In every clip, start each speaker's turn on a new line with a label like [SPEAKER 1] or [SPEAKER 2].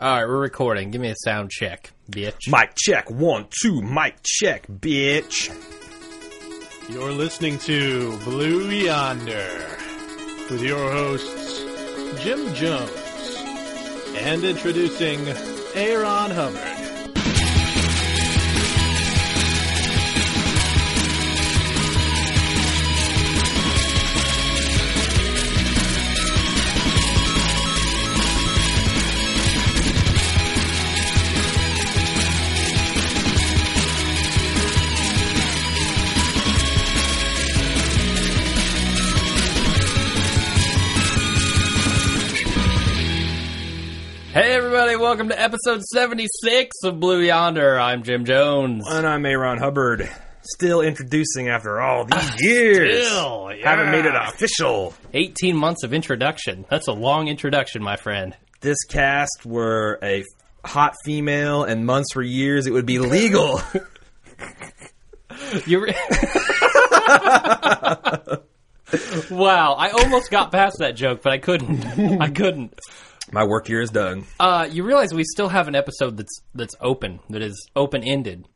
[SPEAKER 1] All right, we're recording. Give me a sound check, bitch.
[SPEAKER 2] Mic check, one, two, mic check, bitch.
[SPEAKER 3] You're listening to Blue Yonder with your hosts, Jim Jones, and introducing Aaron Hubbard.
[SPEAKER 1] Hey, everybody, welcome to episode 76 of Blue Yonder. I'm Jim Jones.
[SPEAKER 2] And I'm Aaron Hubbard, still introducing after all these years.
[SPEAKER 3] Still, yeah.
[SPEAKER 2] Haven't made it official.
[SPEAKER 1] 18 months of introduction. That's a long introduction, my friend.
[SPEAKER 2] This cast were a hot female, and months or years it would be legal.
[SPEAKER 1] You re- Wow, I almost got past that joke, but I couldn't. I couldn't.
[SPEAKER 2] My work year is done.
[SPEAKER 1] Uh, you realize we still have an episode that's that's open, that is open ended.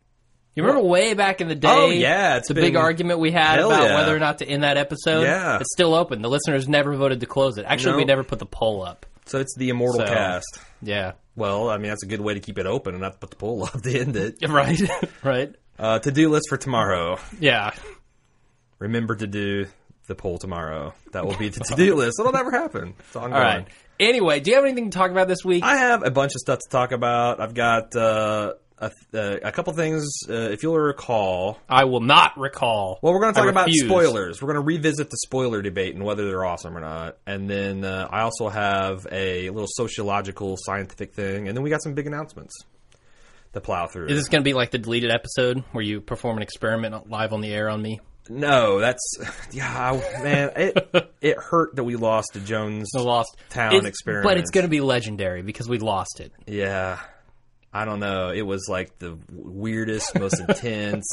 [SPEAKER 1] You remember way back in the day?
[SPEAKER 2] Oh, yeah, it's
[SPEAKER 1] the
[SPEAKER 2] been-
[SPEAKER 1] big argument we had
[SPEAKER 2] Hell
[SPEAKER 1] about
[SPEAKER 2] yeah.
[SPEAKER 1] whether or not to end that episode.
[SPEAKER 2] Yeah.
[SPEAKER 1] it's still open. The listeners never voted to close it. Actually, we
[SPEAKER 2] No.
[SPEAKER 1] never put the poll up.
[SPEAKER 2] So it's the immortal
[SPEAKER 1] So-
[SPEAKER 2] cast.
[SPEAKER 1] Yeah,
[SPEAKER 2] Well, I mean, that's a good way to keep it open and not put the poll up to end it.
[SPEAKER 1] right, right.
[SPEAKER 2] Uh, to do list for tomorrow.
[SPEAKER 1] Yeah,
[SPEAKER 2] Remember to do the poll tomorrow. That will be the to do list. It'll never happen. It's ongoing.
[SPEAKER 1] all right. Anyway, do you have anything to talk about this week?
[SPEAKER 2] I have a bunch of stuff to talk about. I've got uh, a, uh, a couple things. Uh, if you'll recall,
[SPEAKER 1] I will not recall.
[SPEAKER 2] well, we're going to
[SPEAKER 1] I
[SPEAKER 2] talk about
[SPEAKER 1] refuse.
[SPEAKER 2] spoilers. We're going to revisit the spoiler debate and whether they're awesome or not. And then uh, I also have a little sociological, scientific thing. And then we got some big announcements to plow through.
[SPEAKER 1] Is this going to be like the deleted episode where you perform an experiment live on the air on me?
[SPEAKER 2] no, that's yeah, I- man. It it hurt that we lost to Jones.
[SPEAKER 1] The lost
[SPEAKER 2] Town
[SPEAKER 1] It's-
[SPEAKER 2] experiments.
[SPEAKER 1] but it's going to be legendary because we lost it.
[SPEAKER 2] Yeah. I don't know. It was like the weirdest, most intense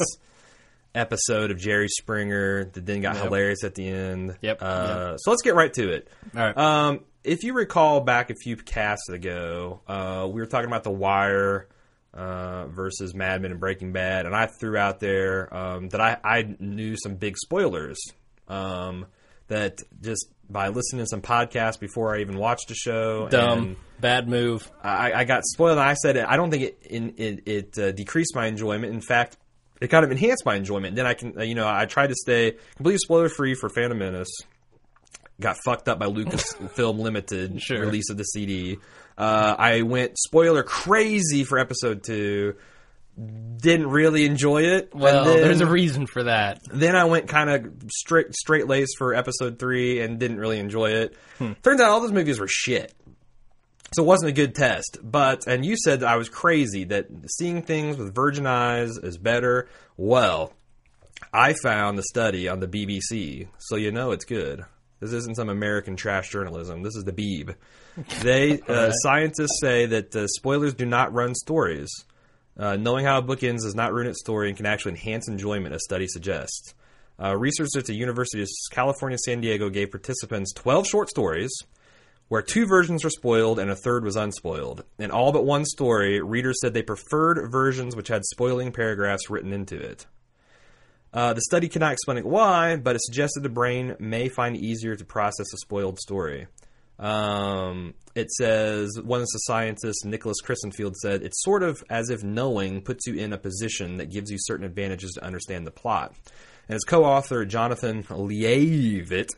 [SPEAKER 2] episode of Jerry Springer that then got hilarious at the end.
[SPEAKER 1] Yep.
[SPEAKER 2] Uh, So let's get right to it.
[SPEAKER 1] All right.
[SPEAKER 2] Um, if you recall back a few casts ago, uh, we were talking about The Wire uh, versus Mad Men and Breaking Bad, and I threw out there um, that I, I knew some big spoilers um, that just by listening to some podcasts before I even watched the show.
[SPEAKER 1] Dumb,
[SPEAKER 2] and-
[SPEAKER 1] bad move.
[SPEAKER 2] I, I got spoiled. And I said it, I don't think it in, it, it uh, decreased my enjoyment. In fact, it kind of enhanced my enjoyment. Then I can, uh, you know, I tried to stay completely spoiler free for Phantom Menace. Got fucked up by Lucasfilm Limited
[SPEAKER 1] Sure.
[SPEAKER 2] release of the CD. Uh, I went spoiler crazy for episode two. Didn't really enjoy it. And
[SPEAKER 1] Well,
[SPEAKER 2] then-
[SPEAKER 1] there's a reason for that.
[SPEAKER 2] then I went kind of straight straight laced for episode three and didn't really enjoy it. Turns out all those movies were shit. So it wasn't a good test. But and you said that I was crazy that seeing things with virgin eyes is better. Well, I found the study on the BBC, so you know it's good. This isn't some American trash journalism. This is the Beeb. They uh, scientists say that uh, spoilers do not run stories. Uh, knowing how a book ends does not ruin its story and can actually enhance enjoyment, a study suggests. Uh, researchers at the University of California, San Diego gave participants 12 short stories where two versions were spoiled and a third was unspoiled. In all but one story, readers said they preferred versions which had spoiling paragraphs written into it. Uh, the study cannot explain why, but it suggested the brain may find it easier to process a spoiled story. Um, it says one of the scientists, Nicholas Christenfield, said it's sort of as if knowing puts you in a position that gives you certain advantages to understand the plot. And his co-author Jonathan Liavitt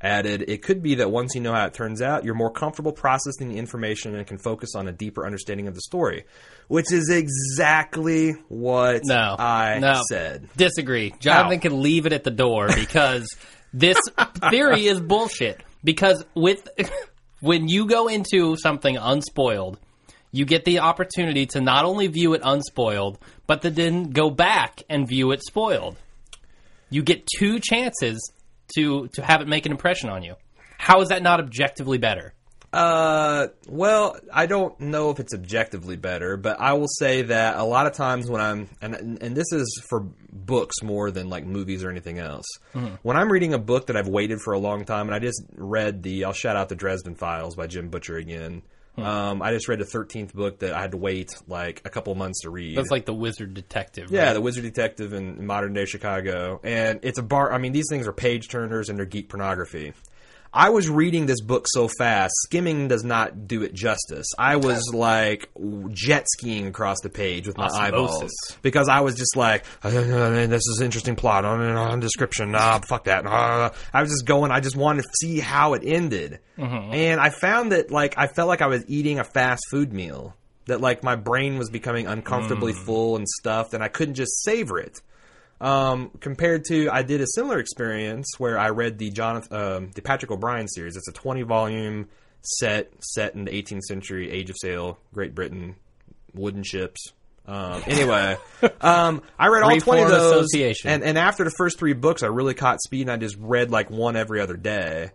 [SPEAKER 2] added, "It could be that once you know how it turns out, you're more comfortable processing the information and can focus on a deeper understanding of the story," which is exactly what
[SPEAKER 1] No,
[SPEAKER 2] I
[SPEAKER 1] no.
[SPEAKER 2] said.
[SPEAKER 1] Disagree. Jonathan can leave it at the door because this theory is bullshit. Because with when you go into something unspoiled, you get the opportunity to not only view it unspoiled, but to then go back and view it spoiled. You get two chances to to have it make an impression on you. How is that not objectively better?
[SPEAKER 2] Uh, well, I don't know if it's objectively better, but I will say that a lot of times when I'm and and this is for books more than like movies or anything else.
[SPEAKER 1] Mm-hmm.
[SPEAKER 2] When I'm reading a book that I've waited for a long time, and I just read the I'll shout out the Dresden Files by Jim Butcher again.
[SPEAKER 1] Hmm.
[SPEAKER 2] Um, I just read the thirteenth book that I had to wait like a couple months to read.
[SPEAKER 1] That's like the wizard detective.
[SPEAKER 2] Yeah,
[SPEAKER 1] right?
[SPEAKER 2] the Wizard Detective in modern day Chicago, and it's a bar. I mean, these things are page turners and they're geek pornography. I was reading this book so fast, skimming does not do it justice. I was like jet skiing across the page with my eyeballs because I was just like, "Uh, "This is an interesting plot, on and on description." Nah, fuck that. Nah. I was just going. I just wanted to see how it ended, and I found that like I felt like I was eating a fast food meal that like my brain was becoming uncomfortably full and stuffed and i couldn't just savor it um, compared to i did a similar experience where i read the jonathan um, the patrick o'brien series it's a 20 volume set set in the 18th century age of sail great britain wooden ships um, anyway um, i read all 20 of
[SPEAKER 1] Reform
[SPEAKER 2] those
[SPEAKER 1] Association.
[SPEAKER 2] and, and after the first three books i really caught speed and i just read like one every other day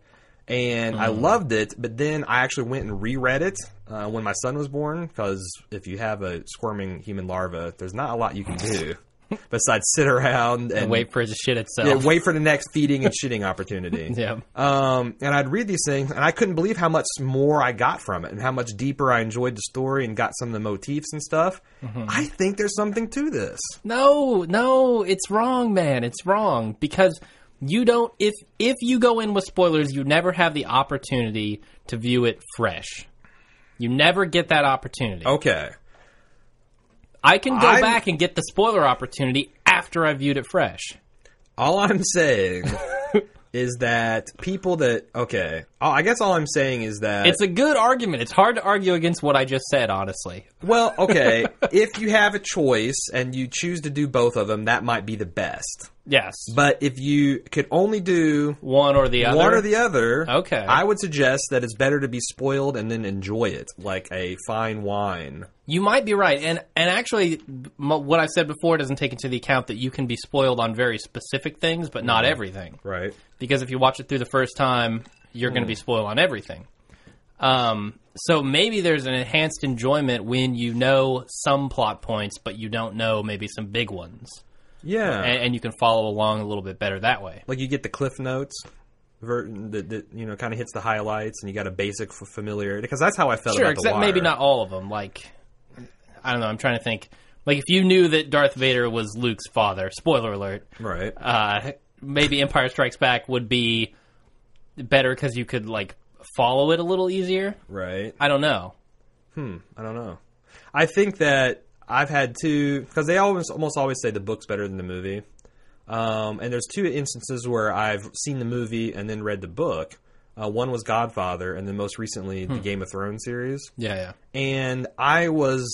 [SPEAKER 2] and
[SPEAKER 1] Mm-hmm.
[SPEAKER 2] I loved it. But then I actually went and reread it uh, when my son was born because if you have a squirming human larva, there's not a lot you can do besides sit around and,
[SPEAKER 1] Wait for it to shit itself.
[SPEAKER 2] yeah, wait for the next feeding and shitting opportunity.
[SPEAKER 1] Yeah.
[SPEAKER 2] Um, and I'd read these things, and I couldn't believe how much more I got from it, and how much deeper I enjoyed the story, and got some of the motifs and stuff.
[SPEAKER 1] Mm-hmm.
[SPEAKER 2] I think there's something to this.
[SPEAKER 1] No, no, it's wrong, man. It's wrong because you don't if if you go in with spoilers, you never have the opportunity to view it fresh. You never get that opportunity.
[SPEAKER 2] Okay.
[SPEAKER 1] I can go
[SPEAKER 2] Oh, I'm-
[SPEAKER 1] back and get the spoiler opportunity after I viewed it fresh.
[SPEAKER 2] All I'm saying is that people that okay, I I guess all I'm saying is that
[SPEAKER 1] It's a good argument. It's hard to argue against what I just said, honestly.
[SPEAKER 2] well, okay, if you have a choice and you choose to do both of them, that might be the best.
[SPEAKER 1] Yes.
[SPEAKER 2] But if you could only do
[SPEAKER 1] one or the other.
[SPEAKER 2] one or the other,
[SPEAKER 1] Okay.
[SPEAKER 2] I would suggest that it's better to be spoiled and then enjoy it like a fine wine.
[SPEAKER 1] You might be right, and and actually, m- what I've said before doesn't take into the account that you can be spoiled on very specific things, but not everything.
[SPEAKER 2] Right.
[SPEAKER 1] Because if you watch it through the first time, you're going to
[SPEAKER 2] Mm.
[SPEAKER 1] be spoiled on everything. Um, so maybe there's an enhanced enjoyment when you know some plot points, but you don't know maybe some big ones,
[SPEAKER 2] Yeah.
[SPEAKER 1] and, and you can follow along a little bit better that way.
[SPEAKER 2] like you get the cliff notes ver- that, that you know kind of hits the highlights and you got a basic f- familiarity because that's how I felt
[SPEAKER 1] Sure,
[SPEAKER 2] about the
[SPEAKER 1] except
[SPEAKER 2] wire.
[SPEAKER 1] maybe not all of them. Like, I don't know. I'm trying to think. Like, if you knew that Darth Vader was Luke's father, spoiler alert.
[SPEAKER 2] Right.
[SPEAKER 1] uh, maybe Empire Strikes Back would be better because you could like follow it a little easier.
[SPEAKER 2] right.
[SPEAKER 1] I don't know.
[SPEAKER 2] I don't know. I think that I've had two because they almost almost always say the book's better than the movie. Um, and there's two instances where I've seen the movie and then read the book. Uh, one was Godfather, and then most recently
[SPEAKER 1] Hmm.
[SPEAKER 2] the Game of Thrones series.
[SPEAKER 1] Yeah, yeah.
[SPEAKER 2] And I was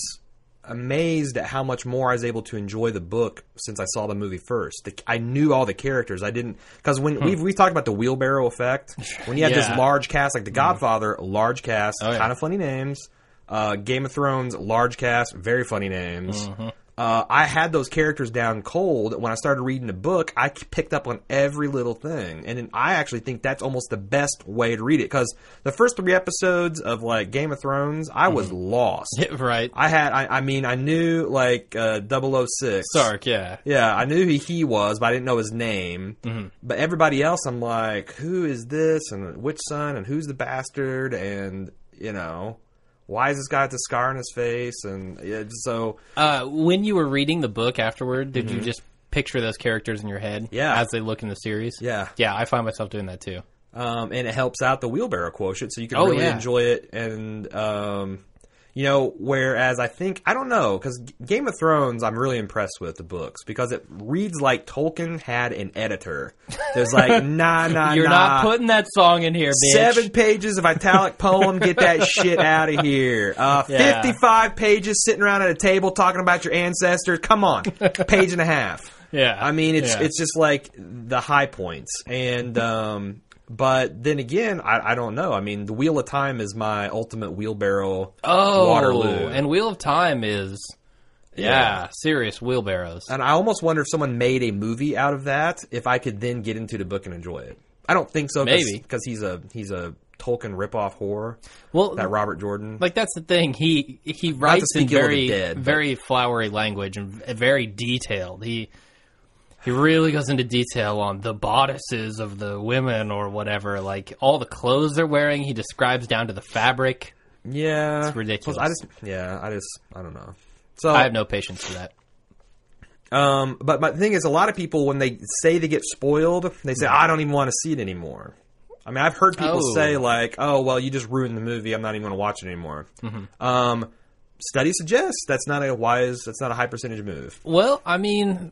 [SPEAKER 2] amazed at how much more I was able to enjoy the book since I saw the movie first. The, I knew all the characters. I didn't because when we've we talked about the wheelbarrow effect when you had this
[SPEAKER 1] Hmm. Yeah. Hmm. Oh,
[SPEAKER 2] large cast like The Godfather, large cast,
[SPEAKER 1] yeah.
[SPEAKER 2] kind of funny names. Uh, Game of Thrones, large cast, very funny names. Uh, I had those characters down cold. When I started reading the book, I c- picked up on every little thing, and then I actually think that's almost the best way to read it because the first three episodes of like Game of Thrones, I was lost.
[SPEAKER 1] right.
[SPEAKER 2] I had, I, I mean, I knew like uh, 006.
[SPEAKER 1] Stark. Yeah.
[SPEAKER 2] Yeah, I knew who he was, but I didn't know his name.
[SPEAKER 1] Mm-hmm.
[SPEAKER 2] But everybody else, I'm like, who is this, and which son, and who's the bastard, and you know, why is this guy with the scar on his face, and yeah, so
[SPEAKER 1] Uh, when you were reading the book afterward, did you just picture those characters in your head?
[SPEAKER 2] Mm-hmm. Yeah.
[SPEAKER 1] As they look in the series.
[SPEAKER 2] Yeah.
[SPEAKER 1] Yeah. I find myself doing that too.
[SPEAKER 2] um, and it helps out the wheelbarrow quotient, so you can
[SPEAKER 1] Oh,
[SPEAKER 2] really
[SPEAKER 1] yeah.
[SPEAKER 2] enjoy it. And um, you know, whereas I think I don't know because Game of Thrones, I'm really impressed with the books because it reads like Tolkien had an editor. There's like nah, nah,
[SPEAKER 1] You're
[SPEAKER 2] nah.
[SPEAKER 1] not putting that song in here, bitch.
[SPEAKER 2] Seven pages of italic poem. Get that shit out of here. Uh,
[SPEAKER 1] Yeah.
[SPEAKER 2] 55 pages sitting around at a table talking about your ancestors. Come on. Page and a half.
[SPEAKER 1] Yeah.
[SPEAKER 2] I mean, it's
[SPEAKER 1] Yeah.
[SPEAKER 2] it's just like the high points. And, um, but then again, I, I don't know. I mean, the Wheel of Time is my ultimate wheelbarrow
[SPEAKER 1] Oh,
[SPEAKER 2] Waterloo.
[SPEAKER 1] and Wheel of Time is. Yeah,
[SPEAKER 2] Yeah.
[SPEAKER 1] serious wheelbarrows.
[SPEAKER 2] And I almost wonder if someone made a movie out of that, if I could then get into the book and enjoy it. I don't think so.
[SPEAKER 1] Maybe.
[SPEAKER 2] Because he's a, he's a Tolkien ripoff horror.
[SPEAKER 1] well,
[SPEAKER 2] That Robert Jordan.
[SPEAKER 1] Like that's the thing. He he writes
[SPEAKER 2] speak
[SPEAKER 1] in
[SPEAKER 2] ill of the
[SPEAKER 1] very
[SPEAKER 2] dead, but-
[SPEAKER 1] very flowery language and very detailed. He he really goes into detail on the bodices of the women or whatever, like all the clothes they're wearing. He describes down to the fabric.
[SPEAKER 2] Yeah,
[SPEAKER 1] It's ridiculous.
[SPEAKER 2] Plus, I just yeah, I just I don't know. So
[SPEAKER 1] I have no patience for that.
[SPEAKER 2] Um, but my thing is, a lot of people when they say they get spoiled, they say, "I don't even want to see it anymore." I mean, I've heard people
[SPEAKER 1] Oh.
[SPEAKER 2] say like, "Oh, well, you just ruined the movie. I'm not even going to watch it anymore."
[SPEAKER 1] Mm-hmm.
[SPEAKER 2] Um, studies suggest that's not a wise, that's not a high percentage move.
[SPEAKER 1] Well, I mean,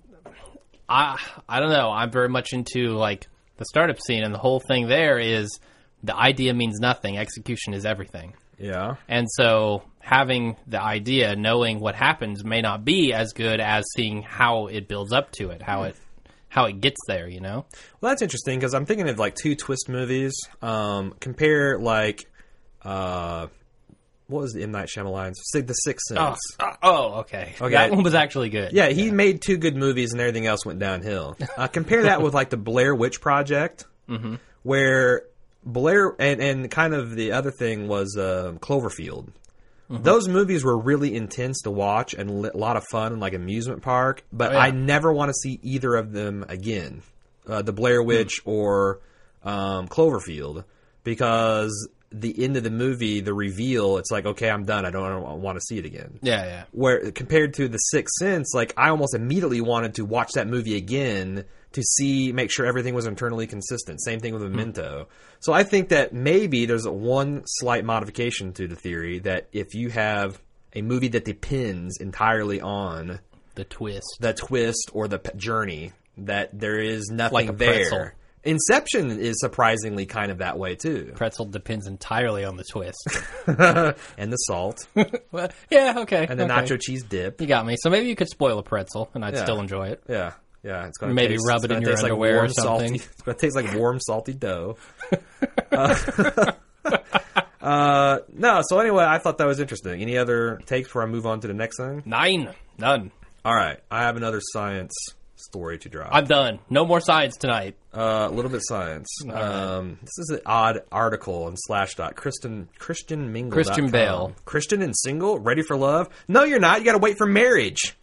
[SPEAKER 1] I I don't know. I'm very much into like the startup scene, and the whole thing there is the idea means nothing. Execution is everything.
[SPEAKER 2] Yeah,
[SPEAKER 1] And so having the idea, knowing what happens may not be as good as seeing how it builds up to it, how it how it gets there, you know?
[SPEAKER 2] well, that's interesting because I'm thinking of like two twist movies. Um, compare like, uh, what was the M Night Shyamalan's? Sig- The Sixth Sense.
[SPEAKER 1] Uh, oh, okay.
[SPEAKER 2] Okay.
[SPEAKER 1] That one was actually good.
[SPEAKER 2] Yeah, he made two good movies, and everything else went downhill. Uh, compare that with like the Blair Witch Project,
[SPEAKER 1] Mm-hmm.
[SPEAKER 2] where Blair and and kind of the other thing was uh, Cloverfield.
[SPEAKER 1] Mm-hmm.
[SPEAKER 2] Those movies were really intense to watch and li- a lot of fun and like amusement park. But
[SPEAKER 1] Oh, yeah.
[SPEAKER 2] I never want to see either of them again, uh, the
[SPEAKER 1] Hmm.
[SPEAKER 2] Blair Witch or um, Cloverfield, because the end of the movie, the reveal, it's like okay, I'm done. I don't, I don't want to see it again
[SPEAKER 1] Yeah, yeah.
[SPEAKER 2] where compared to the sixth sense like i almost immediately wanted to watch that movie again to see make sure everything was internally consistent same thing with
[SPEAKER 1] Hmm.
[SPEAKER 2] memento so i think that maybe there's one slight modification to the theory that if you have a movie that depends entirely on
[SPEAKER 1] The twist.
[SPEAKER 2] the twist or the p- journey that there is nothing
[SPEAKER 1] Like a
[SPEAKER 2] there
[SPEAKER 1] pretzel.
[SPEAKER 2] inception is surprisingly kind of that way too
[SPEAKER 1] Pretzel depends entirely on the twist.
[SPEAKER 2] and the salt
[SPEAKER 1] Well, yeah, okay.
[SPEAKER 2] and the
[SPEAKER 1] okay.
[SPEAKER 2] nacho cheese dip
[SPEAKER 1] You got me. So maybe you could spoil a pretzel and I'd
[SPEAKER 2] Yeah.
[SPEAKER 1] still enjoy it.
[SPEAKER 2] Yeah, yeah. It's gonna
[SPEAKER 1] Maybe
[SPEAKER 2] taste,
[SPEAKER 1] rub
[SPEAKER 2] it's
[SPEAKER 1] it
[SPEAKER 2] gonna
[SPEAKER 1] in your
[SPEAKER 2] taste
[SPEAKER 1] underwear or
[SPEAKER 2] warm,
[SPEAKER 1] something.
[SPEAKER 2] Salty, it's gonna taste like warm, salty dough. Uh, uh, no. So anyway, I thought that was interesting. Any other takes before I move on to the next thing?
[SPEAKER 1] Nine. None.
[SPEAKER 2] All right, I have another science story to drop.
[SPEAKER 1] I'm done. No more science tonight.
[SPEAKER 2] Uh, a little bit science. Um, this is an odd article on Slashdot. Kristen Christian Mingle.
[SPEAKER 1] Christian Bale.
[SPEAKER 2] Christian and single, ready for love? No, you're not. You got to wait for marriage.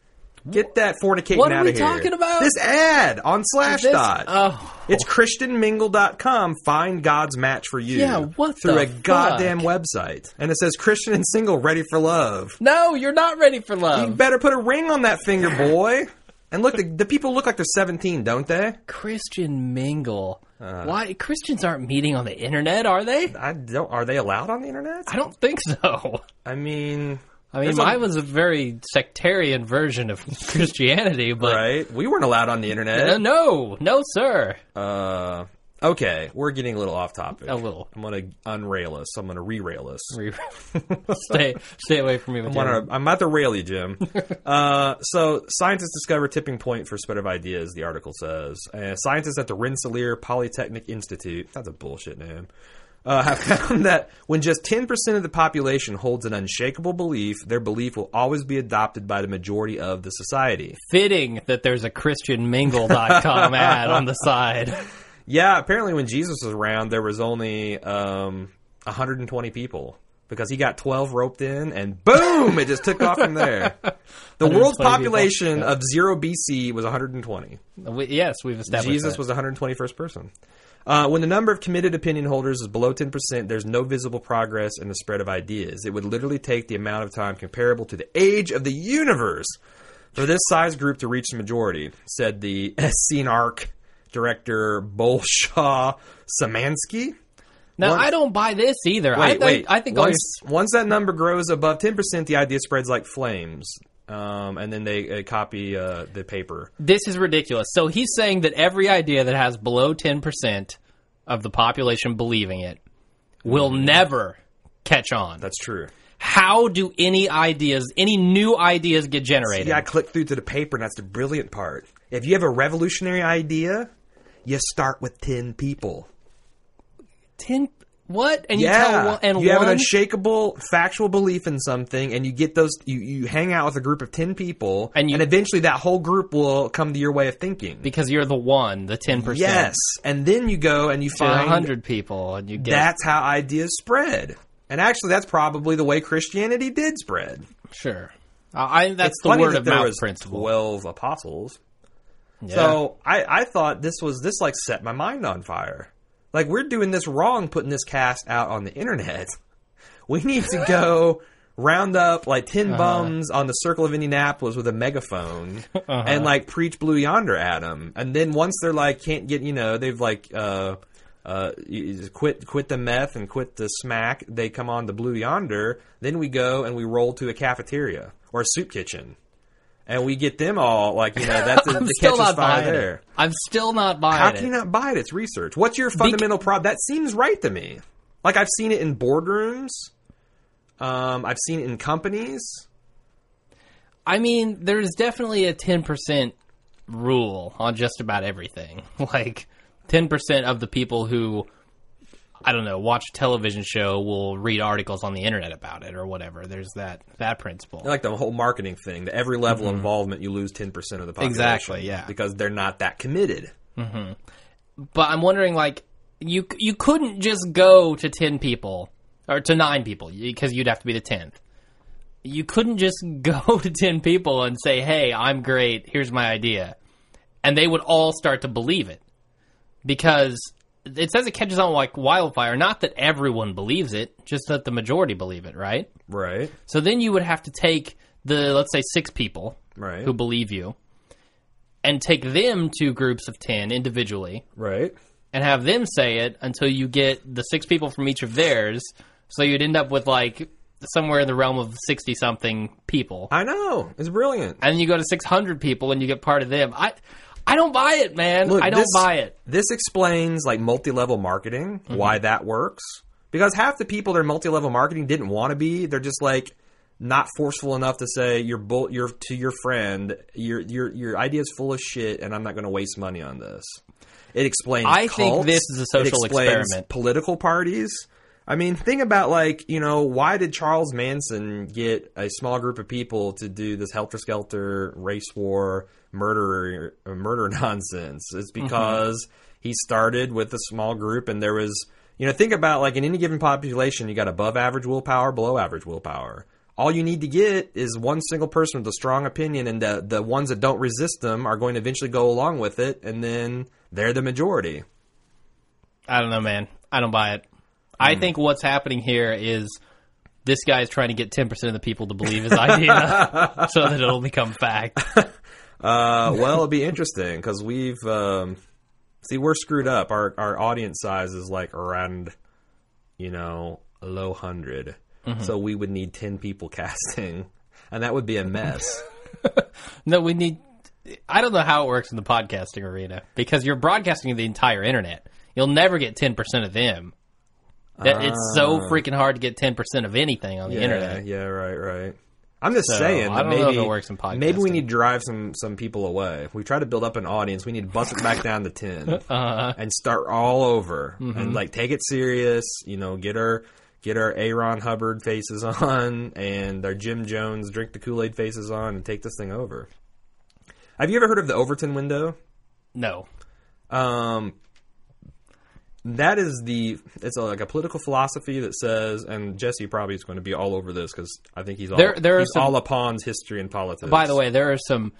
[SPEAKER 2] Get that fornicating
[SPEAKER 1] What are
[SPEAKER 2] out
[SPEAKER 1] we
[SPEAKER 2] of here.
[SPEAKER 1] talking about?
[SPEAKER 2] This ad on
[SPEAKER 1] This-
[SPEAKER 2] Slashdot.
[SPEAKER 1] oh,
[SPEAKER 2] It's christianmingle.com. Find God's match for you.
[SPEAKER 1] Yeah, what
[SPEAKER 2] Through
[SPEAKER 1] the
[SPEAKER 2] a
[SPEAKER 1] fuck?
[SPEAKER 2] goddamn website. And it says Christian and single ready for love.
[SPEAKER 1] no, you're not ready for
[SPEAKER 2] You
[SPEAKER 1] love.
[SPEAKER 2] better put a ring on that finger, boy. And look, the, the people look like they're 17, don't they?
[SPEAKER 1] Christian mingle.
[SPEAKER 2] Uh.
[SPEAKER 1] Why Christians aren't meeting on the internet, are they?
[SPEAKER 2] I don't. Are they allowed on the internet?
[SPEAKER 1] I don't think so.
[SPEAKER 2] I mean,
[SPEAKER 1] I mean,
[SPEAKER 2] There's a-
[SPEAKER 1] mine was a very sectarian version of Christianity, but
[SPEAKER 2] right? We weren't allowed on the
[SPEAKER 1] Uh,
[SPEAKER 2] internet.
[SPEAKER 1] no, no, sir.
[SPEAKER 2] Uh, okay, we're getting a little off topic.
[SPEAKER 1] A little.
[SPEAKER 2] I'm gonna unrail us. I'm gonna rerail us.
[SPEAKER 1] Re- stay, stay away from me. With
[SPEAKER 2] I'm,
[SPEAKER 1] your-
[SPEAKER 2] gonna, I'm about to rail you, Jim. uh, so, scientists discover tipping point for spread of ideas. The article says uh, scientists at the Rensselaer Polytechnic Institute. That's a bullshit name. Uh, have found that when just 10% of the population holds an unshakable belief, their belief will always be adopted by the majority of the society.
[SPEAKER 1] Fitting that there's a ChristianMingle.com ad on the side.
[SPEAKER 2] Yeah, apparently when Jesus was around, there was only um, 120 people because he got 12 roped in, and boom, it just took off from there. The
[SPEAKER 1] 120
[SPEAKER 2] world's
[SPEAKER 1] people.
[SPEAKER 2] population of zero BC was 120.
[SPEAKER 1] We, yes, we've established
[SPEAKER 2] Jesus
[SPEAKER 1] that.
[SPEAKER 2] was the 121st person. Uh, when the number of committed opinion holders is below 10%, there's no visible progress in the spread of ideas. It would literally take the amount of time comparable to the age of the universe for this size group to reach the majority, said the SCNARC director Bolshaw Samansky.
[SPEAKER 1] Now
[SPEAKER 2] Once-
[SPEAKER 1] I don't buy this either. I,
[SPEAKER 2] Wait,
[SPEAKER 1] think
[SPEAKER 2] wait.
[SPEAKER 1] I think
[SPEAKER 2] once, once that number grows above 10%, the idea spreads like flames. Um, and then they uh, copy uh, the paper.
[SPEAKER 1] all- this is ridiculous. So he's saying that every idea that has below ten percent of the population believing it will never catch on.
[SPEAKER 2] Mm-hmm. That's true.
[SPEAKER 1] How do any ideas, any new ideas, get generated?
[SPEAKER 2] You gotta click through to the paper, and that's the brilliant part. If you have a revolutionary idea, you start with ten people.
[SPEAKER 1] Ten? What? And you
[SPEAKER 2] Yeah,
[SPEAKER 1] tell one and
[SPEAKER 2] you have an
[SPEAKER 1] one.
[SPEAKER 2] unshakable factual belief in something, and you get those. You, you hang out with a group of ten people,
[SPEAKER 1] And you-
[SPEAKER 2] eventually that whole group will come to your way of thinking.
[SPEAKER 1] because you're the one, the ten percent.
[SPEAKER 2] yes, and then you go and you
[SPEAKER 1] to a
[SPEAKER 2] find
[SPEAKER 1] hundred people, and you get
[SPEAKER 2] that's how ideas spread. And actually, that's probably the way Christianity did spread.
[SPEAKER 1] sure. I, I- that's
[SPEAKER 2] It's
[SPEAKER 1] the
[SPEAKER 2] funny
[SPEAKER 1] word
[SPEAKER 2] that
[SPEAKER 1] of
[SPEAKER 2] there
[SPEAKER 1] mouth
[SPEAKER 2] was
[SPEAKER 1] principle.
[SPEAKER 2] Twelve apostles.
[SPEAKER 1] Yeah.
[SPEAKER 2] So I, I thought this was this like set my mind on fire. Like we're doing this wrong, putting this cast out on the internet. We need to go round up like 10
[SPEAKER 1] Uh-huh.
[SPEAKER 2] bums on the circle of Indianapolis with a megaphone
[SPEAKER 1] Uh-huh.
[SPEAKER 2] and like preach Blue Yonder at them. And then once they're like, can't get, you know, they've like, uh, uh, you- you just quit quit the meth and quit the smack. They come on the Blue Yonder. Then we go and we roll to a cafeteria or a soup kitchen, and we get them all like you know that's the,
[SPEAKER 1] I'm
[SPEAKER 2] the
[SPEAKER 1] still
[SPEAKER 2] catch
[SPEAKER 1] not
[SPEAKER 2] is fire
[SPEAKER 1] buying
[SPEAKER 2] there.
[SPEAKER 1] it. I'm still not buying
[SPEAKER 2] How
[SPEAKER 1] it.
[SPEAKER 2] can you not buy it? It's research. What's your fundamental problem? That seems right to me. Like I've seen it in boardrooms. Um, I've seen it in companies.
[SPEAKER 1] I mean, there's definitely a 10% rule on just about everything. Like, 10% of the people who, I don't know, watch a television show will read articles on the internet about it or whatever. There's that, that principle.
[SPEAKER 2] Like the whole marketing thing. The every level of involvement, you lose ten percent of the population.
[SPEAKER 1] Mm-hmm. Exactly, yeah.
[SPEAKER 2] Because they're not that committed.
[SPEAKER 1] but I'm wondering, like, you you couldn't just go to ten people or to nine people because you'd have to be the tenth. You couldn't just go to ten people and say, "Hey, I'm great. Here's my idea," and they would all start to believe it because it says it catches on like wildfire. Not that everyone believes it, just that the majority believe it, right?
[SPEAKER 2] Right.
[SPEAKER 1] So then you would have to take the let's say six people
[SPEAKER 2] Right.
[SPEAKER 1] who believe you and take them to groups of ten individually
[SPEAKER 2] Right.
[SPEAKER 1] and have them say it until you get the six people from each of theirs. So you'd end up with like somewhere in the realm of 60 something people.
[SPEAKER 2] I know. It's brilliant.
[SPEAKER 1] And then you go to 600 people and you get part of them. I I don't buy it, man.
[SPEAKER 2] Look,
[SPEAKER 1] I don't
[SPEAKER 2] this-
[SPEAKER 1] buy it. Mm-hmm.
[SPEAKER 2] This explains like multi-level marketing, why that works. Because half the people that are multi-level marketing didn't want to be. They're just like not forceful enough to say your bull your to your friend your your your idea is full of shit and I'm not going to waste money on this. It explains.
[SPEAKER 1] I think
[SPEAKER 2] cults.
[SPEAKER 1] this is a social
[SPEAKER 2] It explains
[SPEAKER 1] experiment.
[SPEAKER 2] Political parties. I mean, think about like you know why did Charles Manson get a small group of people to do this helter skelter race war murder uh, murder nonsense? It's because he started with a small group, and there was you know think about like in any given population, you got above average willpower, below average willpower. All you need to get is one single person with a strong opinion, and the, the ones that don't resist them are going to eventually go along with it, and then they're the majority.
[SPEAKER 1] I don't know, man. I don't buy it. I
[SPEAKER 2] Hmm.
[SPEAKER 1] think what's happening here is this guy is trying to get 10% of the people to believe his idea so that it'll become fact.
[SPEAKER 2] Uh, well, it'll be interesting because we've um, see we're screwed up. Our our audience size is like around, you know, low 100 So we would need ten people casting, and that would be a mess.
[SPEAKER 1] No, we need. I don't know how it works in the podcasting arena because you're broadcasting to the entire internet. You'll never get 10% of them. That, It's so freaking hard to get 10% of anything on the
[SPEAKER 2] Ah. yeah,
[SPEAKER 1] internet.
[SPEAKER 2] yeah, right, right. I'm just
[SPEAKER 1] So,
[SPEAKER 2] saying.
[SPEAKER 1] I
[SPEAKER 2] that
[SPEAKER 1] don't know
[SPEAKER 2] maybe,
[SPEAKER 1] if it works in
[SPEAKER 2] Maybe we
[SPEAKER 1] podcasting.
[SPEAKER 2] need to drive some some people away. We try to build up an audience. We need to bust it back down to 10
[SPEAKER 1] Uh-huh.
[SPEAKER 2] and start all over
[SPEAKER 1] Mm-hmm.
[SPEAKER 2] and like take it serious. You know, get our get our Aaron Hubbard faces on and our Jim Jones drink the Kool Aid faces on and take this thing over. Have you ever heard of the Overton window?
[SPEAKER 1] No.
[SPEAKER 2] Um, that is the it's a, like a political philosophy that says, and Jesse probably is going to be all over this because I think he's all
[SPEAKER 1] There- there are
[SPEAKER 2] he's
[SPEAKER 1] some-
[SPEAKER 2] all upon history and politics.
[SPEAKER 1] By the way, there are some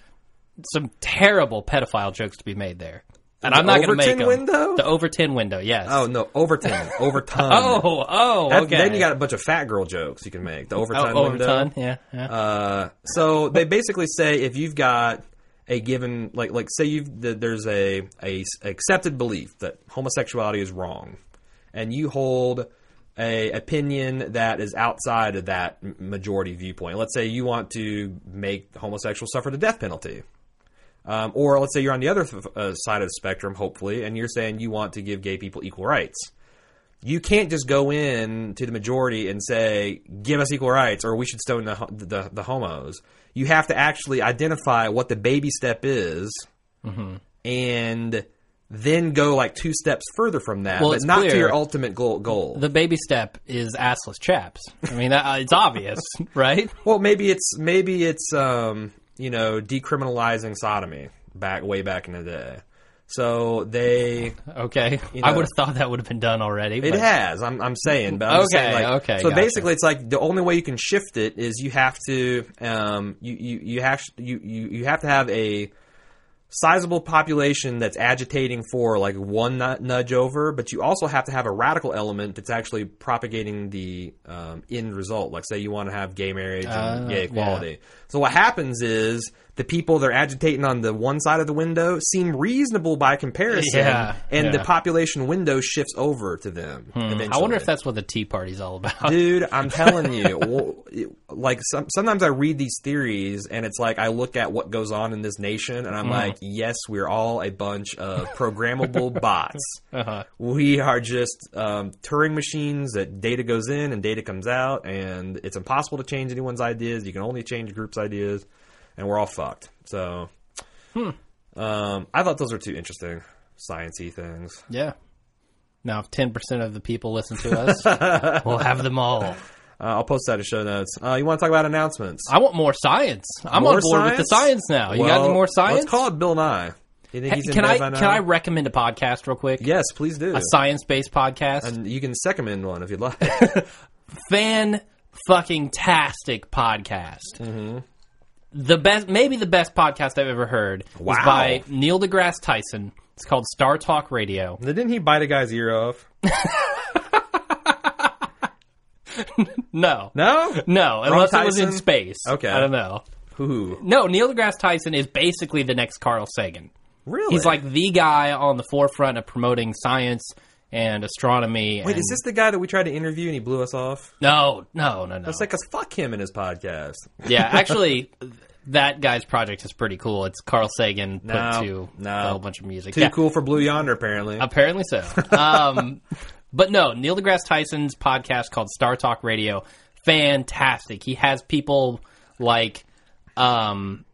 [SPEAKER 1] some terrible pedophile jokes to be made there. And I'm not going to make
[SPEAKER 2] Overton
[SPEAKER 1] them.
[SPEAKER 2] window?
[SPEAKER 1] The Overton window, yes.
[SPEAKER 2] oh no, Overton, Overton.
[SPEAKER 1] oh, oh,
[SPEAKER 2] That-
[SPEAKER 1] okay.
[SPEAKER 2] Then you got a bunch of fat girl jokes you can make. The Overton
[SPEAKER 1] oh,
[SPEAKER 2] window.
[SPEAKER 1] Overton, yeah. yeah.
[SPEAKER 2] Uh, so they basically say if you've got a given like like say you've that there's a, a s- accepted belief that homosexuality is wrong, and you hold a opinion that is outside of that m- majority viewpoint. Let's say you want to make homosexuals suffer the death penalty. Um, or let's say you're on the other f- uh, side of the spectrum, hopefully, and you're saying you want to give gay people equal rights you can't just go in to the majority and say give us equal rights or we should stone the the, the homos. You have to actually identify what the baby step is,
[SPEAKER 1] Mm-hmm.
[SPEAKER 2] and then go like two steps further from that,
[SPEAKER 1] Well,
[SPEAKER 2] but
[SPEAKER 1] it's
[SPEAKER 2] not to
[SPEAKER 1] clear-
[SPEAKER 2] your ultimate goal. goal.
[SPEAKER 1] the baby step is assless chaps. I mean, that, it's obvious, right?
[SPEAKER 2] well, maybe it's maybe it's um, you know decriminalizing sodomy back way back in the day. So they
[SPEAKER 1] Okay. I
[SPEAKER 2] know.
[SPEAKER 1] would have thought that would have been done already.
[SPEAKER 2] It
[SPEAKER 1] but-
[SPEAKER 2] has. I'm, I'm saying, but I'm just
[SPEAKER 1] Okay,
[SPEAKER 2] saying, like,
[SPEAKER 1] okay,
[SPEAKER 2] So
[SPEAKER 1] gotcha.
[SPEAKER 2] basically, it's like the only way you can shift it is you have to, um, you you you have you you, you have to have a sizable population that's agitating for like one nu- nudge over, but you also have to have a radical element that's actually propagating the um, end result. Like, say you want to have gay marriage and
[SPEAKER 1] Ah,
[SPEAKER 2] gay equality. So what happens is the people they're agitating on the one side of the window seem reasonable by comparison,
[SPEAKER 1] Yeah,
[SPEAKER 2] and the
[SPEAKER 1] yeah.
[SPEAKER 2] population window shifts over to them. Eventually.
[SPEAKER 1] Hmm. I wonder if that's what the Tea Party's all about.
[SPEAKER 2] Dude, I'm telling you, well, it- like some, sometimes I read these theories, and it's like I look at what goes on in this nation, and I'm
[SPEAKER 1] Hmm.
[SPEAKER 2] like, yes, we're all a bunch of programmable bots.
[SPEAKER 1] Uh-huh.
[SPEAKER 2] We are just um, Turing machines that data goes in and data comes out, and it's impossible to change anyone's ideas. You can only change groups' ideas, and we're all fucked. So,
[SPEAKER 1] Hmm.
[SPEAKER 2] um, I thought those were two interesting sciency things.
[SPEAKER 1] Yeah. Now, if 10% of the people listen to us, we'll have them all.
[SPEAKER 2] Uh, I'll post that in show notes. Uh, you want to talk about announcements?
[SPEAKER 1] I want more science. I'm
[SPEAKER 2] More
[SPEAKER 1] on board with the
[SPEAKER 2] science?
[SPEAKER 1] science now. Uh, You got any
[SPEAKER 2] Well,
[SPEAKER 1] more science?
[SPEAKER 2] Let's call it Bill Nye. You think
[SPEAKER 1] Hey,
[SPEAKER 2] he's in
[SPEAKER 1] can
[SPEAKER 2] bed
[SPEAKER 1] I
[SPEAKER 2] by now?
[SPEAKER 1] can I recommend a podcast real quick?
[SPEAKER 2] Yes, please do.
[SPEAKER 1] A science based podcast.
[SPEAKER 2] and you can second in one if you'd like.
[SPEAKER 1] fan fucking tastic podcast.
[SPEAKER 2] Mm-hmm.
[SPEAKER 1] The best, maybe the best podcast I've ever heard was
[SPEAKER 2] Wow.
[SPEAKER 1] by Neil deGrasse Tyson. It's called Star Talk Radio.
[SPEAKER 2] Didn't he bite a guy's ear off?
[SPEAKER 1] No,
[SPEAKER 2] No.
[SPEAKER 1] no, unless it was in
[SPEAKER 2] Tyson?
[SPEAKER 1] space.
[SPEAKER 2] Okay.
[SPEAKER 1] I don't know.
[SPEAKER 2] Who?
[SPEAKER 1] No, Neil deGrasse Tyson is basically the next Carl Sagan.
[SPEAKER 2] Really?
[SPEAKER 1] He's like the guy on the forefront of promoting science and astronomy.
[SPEAKER 2] Wait, is this the guy that we tried to interview and he blew us off?
[SPEAKER 1] no, no, no, no?
[SPEAKER 2] It's like, 'cause fuck him and his podcast.
[SPEAKER 1] yeah, actually, that guy's project is pretty cool. It's Carl Sagan put
[SPEAKER 2] No,
[SPEAKER 1] to
[SPEAKER 2] no.
[SPEAKER 1] a whole bunch of music.
[SPEAKER 2] Too
[SPEAKER 1] Yeah. Uh,
[SPEAKER 2] cool for Blue Yonder, apparently.
[SPEAKER 1] Apparently so. Um, but no, Neil deGrasse Tyson's podcast called Star Talk Radio, fantastic. He has people like um,